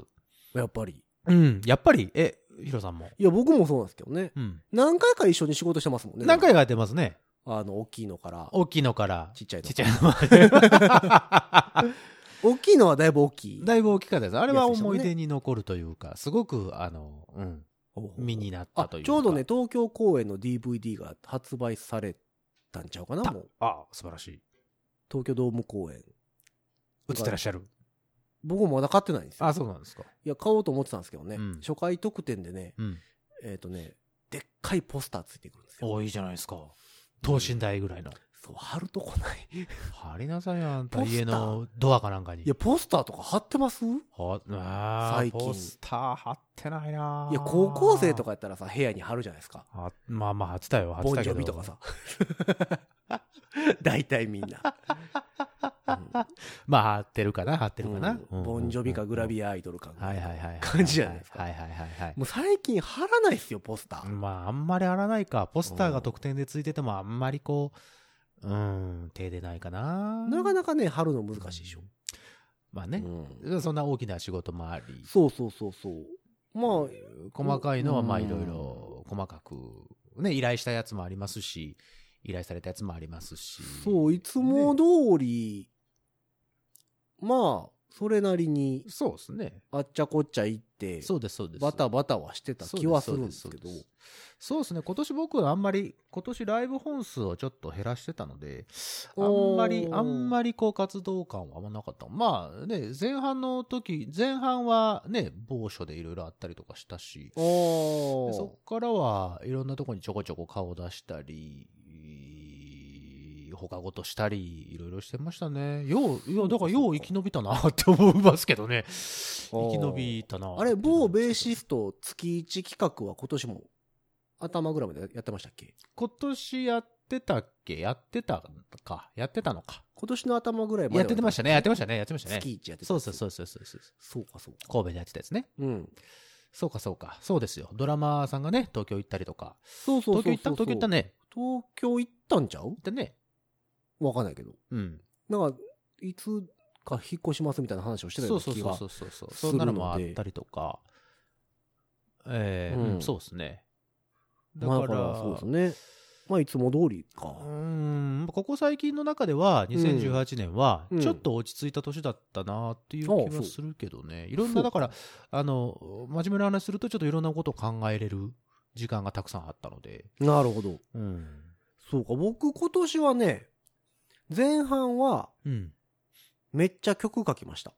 [SPEAKER 2] やっぱり。
[SPEAKER 3] うん、やっぱり、え、ヒロさんも。
[SPEAKER 2] いや、僕もそうなんですけどね。
[SPEAKER 3] うん。
[SPEAKER 2] 何回か一緒に仕事してますもんね。
[SPEAKER 3] 何回かやってますね。
[SPEAKER 2] あの、大きいのから、
[SPEAKER 3] 大きいのから、
[SPEAKER 2] ちっちゃいの
[SPEAKER 3] ちっちゃいの まで。
[SPEAKER 2] 大きいのはだいぶ大きい。
[SPEAKER 3] だいぶ大きかったです。あれは思い出に残るというか、すごく、あの、うん、
[SPEAKER 2] ほうほう
[SPEAKER 3] 身になった
[SPEAKER 2] あ、
[SPEAKER 3] というか。
[SPEAKER 2] ちょうどね、、東京公演の DVD が発売されたんちゃうかなもう。
[SPEAKER 3] あ、素晴らしい。
[SPEAKER 2] 東京ドーム公演。
[SPEAKER 3] 映ってらっしゃる。
[SPEAKER 2] 僕もまだ買ってないんですよ。
[SPEAKER 3] あ、そうなんですか。
[SPEAKER 2] いや、買おうと思ってたんですけどね。
[SPEAKER 3] うん
[SPEAKER 2] 初回特典でね、
[SPEAKER 3] うん。
[SPEAKER 2] えっ、とね、でっかいポスターついてくるんですよ。
[SPEAKER 3] おいいじゃないですか。等身大ぐらいの。
[SPEAKER 2] そう、貼るとこない。い
[SPEAKER 3] 貼りなさいよ、あんた。
[SPEAKER 2] ポスター
[SPEAKER 3] 家のドアかなんかに。
[SPEAKER 2] や、ポスターとか貼ってます
[SPEAKER 3] はあ
[SPEAKER 2] 最近
[SPEAKER 3] ポスター貼ってないないい
[SPEAKER 2] や、高校生とかやったらさ、部屋に貼るじゃないですか。
[SPEAKER 3] あまあまあ貼ってたよ貼って
[SPEAKER 2] ボン
[SPEAKER 3] た
[SPEAKER 2] ジ
[SPEAKER 3] け
[SPEAKER 2] ョ
[SPEAKER 3] ど
[SPEAKER 2] ビとかさ。大体みんな。
[SPEAKER 3] まあ貼ってるかな貼って
[SPEAKER 2] う
[SPEAKER 3] る
[SPEAKER 2] ん
[SPEAKER 3] かな、
[SPEAKER 2] うんボンジョビかグラ
[SPEAKER 3] ア
[SPEAKER 2] ビアアイドルか。
[SPEAKER 3] はいはいはい
[SPEAKER 2] 感じじゃないですか
[SPEAKER 3] はいはいはいはい
[SPEAKER 2] もう最近貼らないっすよ、ポスター。
[SPEAKER 3] まああんまり貼らないかポスターが特典でついててもあんまりこううん手出ないかな
[SPEAKER 2] なかなかね、貼るの難しいでしょ。
[SPEAKER 3] まあね、
[SPEAKER 2] うん
[SPEAKER 3] そんな大きな仕事もあり
[SPEAKER 2] そうそうそうそう。まあ、
[SPEAKER 3] 細かいのはまあ
[SPEAKER 2] うん
[SPEAKER 3] いろいろ細かくね依頼したやつもありますし依頼されたやつもありますし
[SPEAKER 2] そう、いつも通り、まあ、それなりに、
[SPEAKER 3] そうですね
[SPEAKER 2] あっちゃこっちゃ行って、
[SPEAKER 3] そうですそうです
[SPEAKER 2] バタバタはしてた気はするんですけど
[SPEAKER 3] そう。ですそうですね今年僕はあんまり今年ライブ本数をちょっと減らしてたのであんまり
[SPEAKER 2] おー
[SPEAKER 3] あんまりこう活動感はあんまなかったまあね前半の時前半はね某所でいろいろあったりとかしたし
[SPEAKER 2] あ
[SPEAKER 3] で
[SPEAKER 2] ー
[SPEAKER 3] そっからはいろんなとこにちょこちょこ顔出したり他ごとしたりいろいろしてましたねよういやだからよう生き延びたなって思いますけどね生き延びたな
[SPEAKER 2] あれ、某ベーシスト月1企画は今年も頭ぐらいまでやってましたっけ
[SPEAKER 3] 今年やってたっけやってたか。やってたのか。
[SPEAKER 2] 今年の頭ぐらいまで
[SPEAKER 3] やってましたね。やってましたね。やってましたね。
[SPEAKER 2] 月一やって
[SPEAKER 3] そうそうそううそうそうそう。
[SPEAKER 2] そうかそうか
[SPEAKER 3] 神戸でやってたやつね。
[SPEAKER 2] うん
[SPEAKER 3] そうかそうか。そうですよ。ドラマーさんがね、東京行ったりとか。
[SPEAKER 2] そうそうそう
[SPEAKER 3] 東京行った東京行った
[SPEAKER 2] ね
[SPEAKER 3] ね。
[SPEAKER 2] 東京行ったんちゃう
[SPEAKER 3] 行ったね。
[SPEAKER 2] わかんないけど
[SPEAKER 3] うん。
[SPEAKER 2] なんかいつか引っ越しますみたいな話をしてたよ
[SPEAKER 3] そうう
[SPEAKER 2] な
[SPEAKER 3] そう
[SPEAKER 2] 気
[SPEAKER 3] そ
[SPEAKER 2] が
[SPEAKER 3] うそうそうそう。
[SPEAKER 2] するので
[SPEAKER 3] そんなのもあったりとか。えー
[SPEAKER 2] うん
[SPEAKER 3] うんそうですね。だ
[SPEAKER 2] ま
[SPEAKER 3] か
[SPEAKER 2] あ
[SPEAKER 3] ら、
[SPEAKER 2] だからそうですねまあいつも通りか
[SPEAKER 3] うーんここ最近の中では2018年は
[SPEAKER 2] うん
[SPEAKER 3] ちょっと落ち着いた年だったなっていう
[SPEAKER 2] ああ
[SPEAKER 3] 気
[SPEAKER 2] そ
[SPEAKER 3] が
[SPEAKER 2] う
[SPEAKER 3] するけどねいろんなだからあの真面目な話するとちょっといろんなことを考えれる時間がたくさんあったので、
[SPEAKER 2] なるほど
[SPEAKER 3] うん
[SPEAKER 2] そうか僕今年はね前半は
[SPEAKER 3] うん、
[SPEAKER 2] めっちゃ曲書きました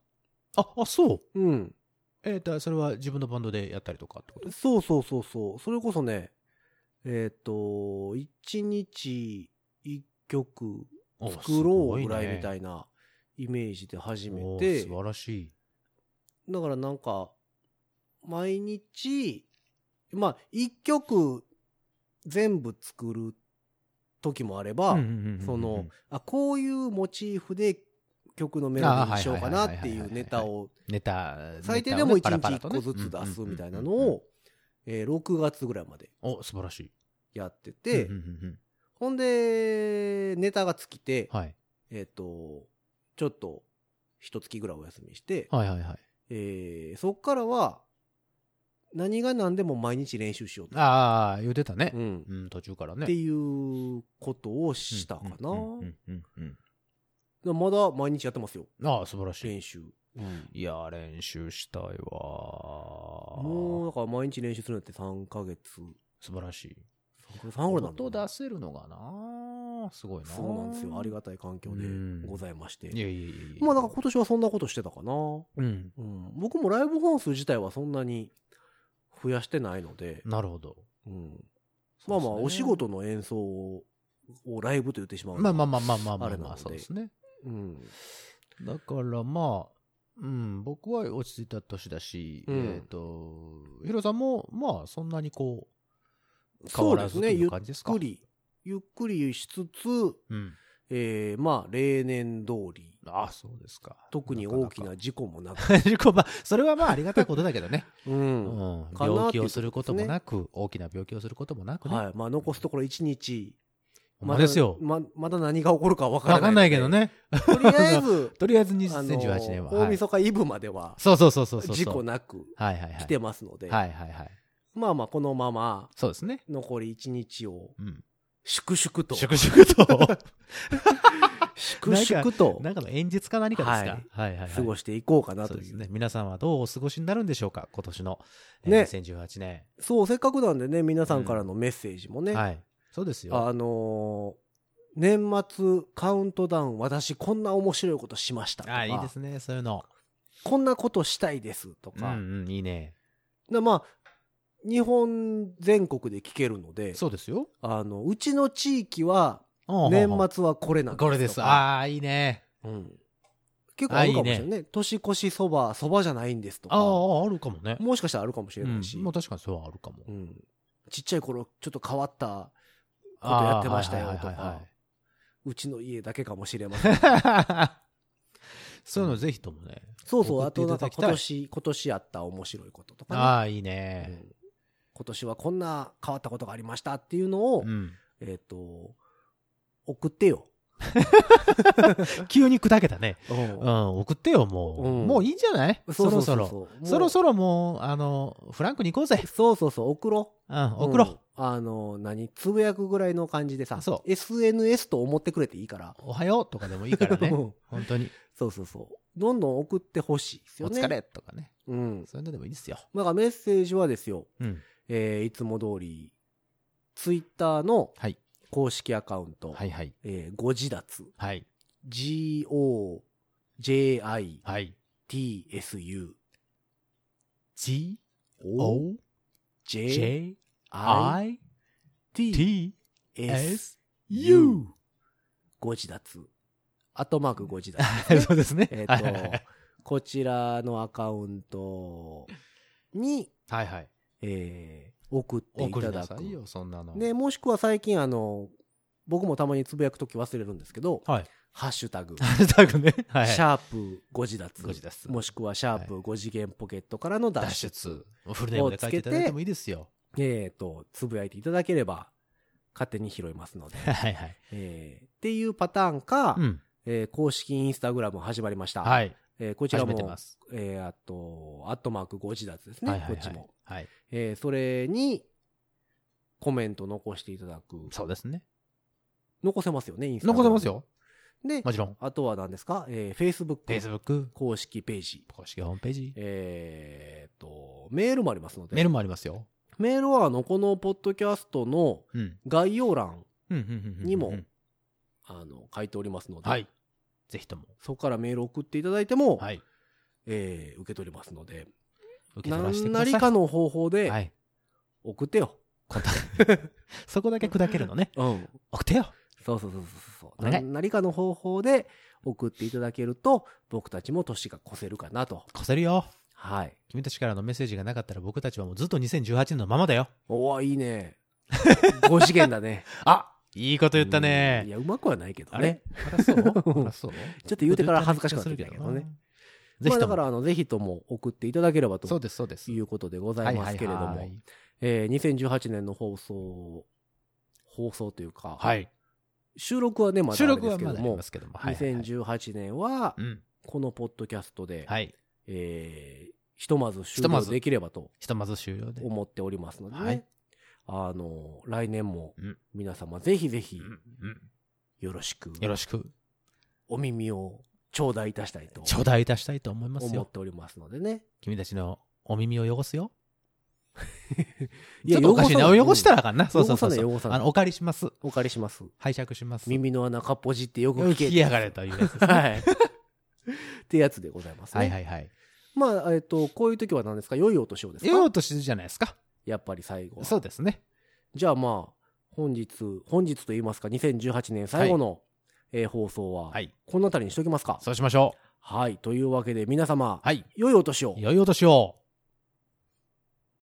[SPEAKER 3] ああそう
[SPEAKER 2] うん
[SPEAKER 3] えー、とそれは自分のバンドでやったりとかってこと
[SPEAKER 2] そうそうそうそう。それこそね、えっ、と、一日一曲作ろうぐらいみ
[SPEAKER 3] い
[SPEAKER 2] たいなイメージで始
[SPEAKER 3] な
[SPEAKER 2] めて、
[SPEAKER 3] 素晴らしい
[SPEAKER 2] だからなんか、毎日、まあ、一曲全部作る時もあれば、
[SPEAKER 3] うんうんうんうん
[SPEAKER 2] その、あ、こういうモチーフで曲のメロディーにしようかなっていうネタを
[SPEAKER 3] ネタ
[SPEAKER 2] 最低でも
[SPEAKER 3] ネタを
[SPEAKER 2] 1
[SPEAKER 3] ねパ
[SPEAKER 2] 日
[SPEAKER 3] ラ
[SPEAKER 2] 1
[SPEAKER 3] パラとね
[SPEAKER 2] 個ずつ出すみたいなの
[SPEAKER 3] うんうんうんうん
[SPEAKER 2] を、えー6月ぐらいまで
[SPEAKER 3] お素晴らしい
[SPEAKER 2] やってて、
[SPEAKER 3] うんうんうんうん
[SPEAKER 2] ほんで、ネタが尽きて、
[SPEAKER 3] はい、
[SPEAKER 2] えっ、と、ちょっと、一月ぐらいお休みして、
[SPEAKER 3] はいはいはい
[SPEAKER 2] えーそっからは、何が何でも毎日練習しようと。
[SPEAKER 3] ああ言ってたね
[SPEAKER 2] う、ん。
[SPEAKER 3] うん、途中からね
[SPEAKER 2] っていうことをしたかな。
[SPEAKER 3] うんうんうんうん
[SPEAKER 2] まだ毎日やってますよ、
[SPEAKER 3] うんああ素晴らしい
[SPEAKER 2] 練習。うん
[SPEAKER 3] いやー練習したいわ
[SPEAKER 2] もう、
[SPEAKER 3] ー
[SPEAKER 2] だから毎日練習するのって3ヶ月。
[SPEAKER 3] 素晴らしい
[SPEAKER 2] 3ヶ月半ぐらいなんだ
[SPEAKER 3] 音
[SPEAKER 2] ろうな
[SPEAKER 3] 出せるのがなすごいな
[SPEAKER 2] そうなんですよ。ありがたい環境で
[SPEAKER 3] うん
[SPEAKER 2] ございまして。
[SPEAKER 3] いやいやいやいや
[SPEAKER 2] まあ、だから今年はそんなことしてたかな。
[SPEAKER 3] うん
[SPEAKER 2] うん、僕もライブ本数自体はそんなに増やしてないので、
[SPEAKER 3] なるほど
[SPEAKER 2] うん、まあまあお仕事の演奏ををライブと言ってしまうの
[SPEAKER 3] ま
[SPEAKER 2] は
[SPEAKER 3] あまあまあまあまあま
[SPEAKER 2] あ
[SPEAKER 3] あ
[SPEAKER 2] れな
[SPEAKER 3] ま
[SPEAKER 2] の
[SPEAKER 3] あ
[SPEAKER 2] で
[SPEAKER 3] そうですね
[SPEAKER 2] うん、
[SPEAKER 3] だからまあうん僕は落ち着いた年だし、
[SPEAKER 2] うん
[SPEAKER 3] えっ、とヒロさんもまあそんなにこう変
[SPEAKER 2] そ
[SPEAKER 3] わ
[SPEAKER 2] う
[SPEAKER 3] ら
[SPEAKER 2] で
[SPEAKER 3] ず
[SPEAKER 2] す
[SPEAKER 3] と
[SPEAKER 2] ね
[SPEAKER 3] い
[SPEAKER 2] ゆ
[SPEAKER 3] う
[SPEAKER 2] っ
[SPEAKER 3] 感じですか
[SPEAKER 2] くりゆっくりしつつ、
[SPEAKER 3] うん
[SPEAKER 2] えーまあ例年通り
[SPEAKER 3] ああそうですか
[SPEAKER 2] 特に大き
[SPEAKER 3] か
[SPEAKER 2] な事故もなく
[SPEAKER 3] なか自己まあそれはまあありがたいことだけどね
[SPEAKER 2] う
[SPEAKER 3] うんん、
[SPEAKER 2] かなっていう
[SPEAKER 3] 病気をすることもなく、大きな病気をすることもなくね。
[SPEAKER 2] はいまあ、残すところ1日
[SPEAKER 3] ほんまですよ。
[SPEAKER 2] まだままだ何が起こるかわからな
[SPEAKER 3] わ
[SPEAKER 2] い
[SPEAKER 3] かんないけどね。
[SPEAKER 2] とりあえ ず
[SPEAKER 3] とりあえず
[SPEAKER 2] あの
[SPEAKER 3] 2018年は。
[SPEAKER 2] 大
[SPEAKER 3] はい
[SPEAKER 2] 晦日イブまでは
[SPEAKER 3] そうそうそうそうそう。
[SPEAKER 2] 事故なく
[SPEAKER 3] はいはいはい。
[SPEAKER 2] 来てますので、
[SPEAKER 3] はいはいはい。
[SPEAKER 2] まあまあこのまま
[SPEAKER 3] そうですね。
[SPEAKER 2] 残り1日を
[SPEAKER 3] うん。
[SPEAKER 2] 粛々と
[SPEAKER 3] 粛々 と。
[SPEAKER 2] 粛々と
[SPEAKER 3] なんかの演説か何かですか。はいはいはい。
[SPEAKER 2] 過ごしていこうかな
[SPEAKER 3] そ
[SPEAKER 2] と
[SPEAKER 3] うで
[SPEAKER 2] い
[SPEAKER 3] す
[SPEAKER 2] う。
[SPEAKER 3] ね。皆さんはどうお過ごしになるんでしょうか今年の、えー
[SPEAKER 2] ね
[SPEAKER 3] 2018年。
[SPEAKER 2] そう、せっかくなんでね、皆さんからのメッセージもね、
[SPEAKER 3] はい。そうですよ。
[SPEAKER 2] あのー年末カウントダウン、私こんな面白いことしましたとか、
[SPEAKER 3] あいいですね。そういうの。
[SPEAKER 2] こんなことしたいですと
[SPEAKER 3] うん
[SPEAKER 2] か、
[SPEAKER 3] うん、いいね。
[SPEAKER 2] なまあ、日本全国で聞けるので、
[SPEAKER 3] そうですよ。
[SPEAKER 2] あの、うちの地域は、
[SPEAKER 3] うん
[SPEAKER 2] 年
[SPEAKER 3] うんうん
[SPEAKER 2] 末はこれなんですとか
[SPEAKER 3] これです。ああ、いいね。
[SPEAKER 2] うん結構あるかもしれないね。年越しそば、そばじゃないんですと
[SPEAKER 3] あ
[SPEAKER 2] か、
[SPEAKER 3] あ、あるかもね。
[SPEAKER 2] もしかしたらあるかもしれないし、
[SPEAKER 3] うん、まあ確かにそれはあるかも。
[SPEAKER 2] うんちっちゃい頃ちょっと変わったことやってましたよと
[SPEAKER 3] あーはいはいはい
[SPEAKER 2] か
[SPEAKER 3] はいう
[SPEAKER 2] ちの家だけかもしれま せん
[SPEAKER 3] そういうのぜひともね。
[SPEAKER 2] そうそう
[SPEAKER 3] 送
[SPEAKER 2] あ
[SPEAKER 3] ってい
[SPEAKER 2] とな
[SPEAKER 3] た
[SPEAKER 2] んか
[SPEAKER 3] だきたい
[SPEAKER 2] 今年今年あった面白いこととか
[SPEAKER 3] ああ、いい
[SPEAKER 2] ね、
[SPEAKER 3] ね。
[SPEAKER 2] うん今年はこんな変わったことがありましたっていうのを、
[SPEAKER 3] うん。
[SPEAKER 2] えっ、と送ってよ、
[SPEAKER 3] 急に砕けたね。
[SPEAKER 2] う
[SPEAKER 3] うんん、送ってよ、もう。
[SPEAKER 2] うん
[SPEAKER 3] もういいんじゃないそろそろ。
[SPEAKER 2] う
[SPEAKER 3] そろ
[SPEAKER 2] ろ
[SPEAKER 3] そろもう、あの、フランクに行こうぜ。
[SPEAKER 2] そうそうそう送ろ
[SPEAKER 3] うん、
[SPEAKER 2] う
[SPEAKER 3] 送ろう。
[SPEAKER 2] うんあの何つぶやくぐらいの感じでさ
[SPEAKER 3] そ
[SPEAKER 2] SNS と思ってくれていいから
[SPEAKER 3] おはようとかでもいいからね
[SPEAKER 2] う。 ん
[SPEAKER 3] 本当に。
[SPEAKER 2] そうそうそうどんどん送ってほしいです
[SPEAKER 3] お
[SPEAKER 2] よね
[SPEAKER 3] 疲れとかね。
[SPEAKER 2] うん
[SPEAKER 3] そういうのでもいいですよ。
[SPEAKER 2] だからメッセージはですよ、
[SPEAKER 3] うん。
[SPEAKER 2] えーいつも通り、ツイッターの
[SPEAKER 3] はい。
[SPEAKER 2] 公式アカウント、
[SPEAKER 3] はいはい。
[SPEAKER 2] えーご自立、
[SPEAKER 3] はい。
[SPEAKER 2] g-o-j-i-t-s-u
[SPEAKER 3] はい。G, O, J, I,
[SPEAKER 2] j-i-t-s-u
[SPEAKER 3] T, S, U。
[SPEAKER 2] ご自立。アットマークご自立。
[SPEAKER 3] そうですね。
[SPEAKER 2] えっ
[SPEAKER 3] はいはいはい
[SPEAKER 2] と、こちらのアカウントに、
[SPEAKER 3] はいはい。
[SPEAKER 2] えー送ってい
[SPEAKER 3] 送
[SPEAKER 2] た
[SPEAKER 3] り
[SPEAKER 2] だ
[SPEAKER 3] な
[SPEAKER 2] く
[SPEAKER 3] さ。いよそんなの、
[SPEAKER 2] ね、もしくは最近あの、僕もたまにつぶやくとき忘れるんですけど、
[SPEAKER 3] はい
[SPEAKER 2] ハッシュタグ、
[SPEAKER 3] ハッシュタグね、はい、
[SPEAKER 2] シャープ5次脱。
[SPEAKER 3] ご自立
[SPEAKER 2] もしくはシャープ5次元ポケットからの脱
[SPEAKER 3] 脱
[SPEAKER 2] 出。
[SPEAKER 3] 出フルネームで書いていただいてもいいですよ
[SPEAKER 2] えっ、と、つぶやいていただければ、勝手に拾いますので。
[SPEAKER 3] はいはい
[SPEAKER 2] えーっていうパターンか、
[SPEAKER 3] うん
[SPEAKER 2] えー公式インスタグラム始まりました。
[SPEAKER 3] はい
[SPEAKER 2] えーこちら
[SPEAKER 3] 始めて
[SPEAKER 2] も
[SPEAKER 3] ま、す
[SPEAKER 2] えーあと、アットマーク5次脱ですね、
[SPEAKER 3] はいはいはい
[SPEAKER 2] こっちも。
[SPEAKER 3] はい
[SPEAKER 2] えーそれに、コメント残していただく。
[SPEAKER 3] そうですね
[SPEAKER 2] 残せますよね、インスタグラ
[SPEAKER 3] 残
[SPEAKER 2] ム
[SPEAKER 3] せます。よ
[SPEAKER 2] で、
[SPEAKER 3] もちろん
[SPEAKER 2] あとは何ですかえー Facebook。
[SPEAKER 3] Facebook
[SPEAKER 2] 公式ページ。
[SPEAKER 3] 公式ホームページ
[SPEAKER 2] えーっと、メールもありますので。
[SPEAKER 3] メールもありますよ
[SPEAKER 2] メールは、あの、このポッドキャストの
[SPEAKER 3] うん
[SPEAKER 2] 概要欄、
[SPEAKER 3] うんうんうんうん
[SPEAKER 2] にもあの、書いておりますので。
[SPEAKER 3] はいぜひとも
[SPEAKER 2] そこからメール送っていただいても、
[SPEAKER 3] はい
[SPEAKER 2] えー受け取りますので、
[SPEAKER 3] 受け取らせて
[SPEAKER 2] 何
[SPEAKER 3] くだ
[SPEAKER 2] な
[SPEAKER 3] さい
[SPEAKER 2] りかの方法
[SPEAKER 3] は
[SPEAKER 2] で
[SPEAKER 3] い
[SPEAKER 2] 送ってよ。
[SPEAKER 3] そこだけ砕けるのね
[SPEAKER 2] うん。
[SPEAKER 3] 送ってよ
[SPEAKER 2] そうそうそうそうそう。
[SPEAKER 3] お願い
[SPEAKER 2] 何なりかの方法で送っていただけると、僕たちも年が越せるかなと。
[SPEAKER 3] こせるよ
[SPEAKER 2] はい。
[SPEAKER 3] 君たちからのメッセージがなかったら僕たちはもうずっと2018年のままだよ
[SPEAKER 2] おーいいね。5次元だね。
[SPEAKER 3] あいい こと言った
[SPEAKER 2] うん
[SPEAKER 3] ね
[SPEAKER 2] いや、うまくはないけど
[SPEAKER 3] あ
[SPEAKER 2] ね
[SPEAKER 3] れ。あらそう あらそ
[SPEAKER 2] ちょ
[SPEAKER 3] う
[SPEAKER 2] っと言うてから恥ずかしかったんだけどね。
[SPEAKER 3] ぜ
[SPEAKER 2] まあだ
[SPEAKER 3] ひと
[SPEAKER 2] か
[SPEAKER 3] も。
[SPEAKER 2] ら、あの、ぜひとも送っていただければ
[SPEAKER 3] そ
[SPEAKER 2] と
[SPEAKER 3] うです、そうです。
[SPEAKER 2] いうことでございますけれど
[SPEAKER 3] はいはい
[SPEAKER 2] も
[SPEAKER 3] はい、
[SPEAKER 2] えー2018年の放送、放送というか、
[SPEAKER 3] はい。
[SPEAKER 2] 収録はね、まだ
[SPEAKER 3] 収
[SPEAKER 2] あれ
[SPEAKER 3] 録
[SPEAKER 2] で
[SPEAKER 3] は
[SPEAKER 2] すけ
[SPEAKER 3] ま
[SPEAKER 2] ど
[SPEAKER 3] だあり
[SPEAKER 2] も
[SPEAKER 3] ま、すけども。はいはいはい
[SPEAKER 2] 2018年は
[SPEAKER 3] う、ん。
[SPEAKER 2] このポッドキャストで、
[SPEAKER 3] はい。
[SPEAKER 2] えーひとまず終
[SPEAKER 3] ひと
[SPEAKER 2] 了
[SPEAKER 3] まず
[SPEAKER 2] できればと
[SPEAKER 3] ひとまず終了で。
[SPEAKER 2] 思っておりますのでね、
[SPEAKER 3] はい
[SPEAKER 2] あの、来年も
[SPEAKER 3] うん
[SPEAKER 2] 皆様ぜひぜひ
[SPEAKER 3] うんうん
[SPEAKER 2] よろしく、
[SPEAKER 3] よろしく、
[SPEAKER 2] お耳を頂戴いたしたいと
[SPEAKER 3] 頂戴いたしたいと思います
[SPEAKER 2] 思っ
[SPEAKER 3] よ。
[SPEAKER 2] ておりますのでね。
[SPEAKER 3] 君たちのお耳を汚すよ。
[SPEAKER 2] い
[SPEAKER 3] ちょ
[SPEAKER 2] や
[SPEAKER 3] っとおかしい
[SPEAKER 2] 汚
[SPEAKER 3] な。
[SPEAKER 2] さない
[SPEAKER 3] 汚したらあかんな。そうそうそ
[SPEAKER 2] 汚
[SPEAKER 3] う
[SPEAKER 2] さ
[SPEAKER 3] そ。
[SPEAKER 2] ないう汚さない
[SPEAKER 3] あの、お借りします。
[SPEAKER 2] お借りします。
[SPEAKER 3] 拝借します。
[SPEAKER 2] 耳の穴かっぽじってよく
[SPEAKER 3] を
[SPEAKER 2] 聞け
[SPEAKER 3] 聞きやがれというやつですね。
[SPEAKER 2] はい。 ってやつでございますね。
[SPEAKER 3] はいはいはい。
[SPEAKER 2] まあ、えっ、と、こういう時は何ですか良いお年をです
[SPEAKER 3] 言お
[SPEAKER 2] か
[SPEAKER 3] うとしてるじゃないですか。
[SPEAKER 2] やっぱり最後は。
[SPEAKER 3] そうですね。
[SPEAKER 2] じゃあまあ、本日、本日と言いますか、2018年最後の、えー放送は、
[SPEAKER 3] はい。
[SPEAKER 2] この辺りにしときますか。
[SPEAKER 3] そうしましょ
[SPEAKER 2] はい。というわけで、皆様、
[SPEAKER 3] う。はい。
[SPEAKER 2] 良いお年を。
[SPEAKER 3] 良いお年を。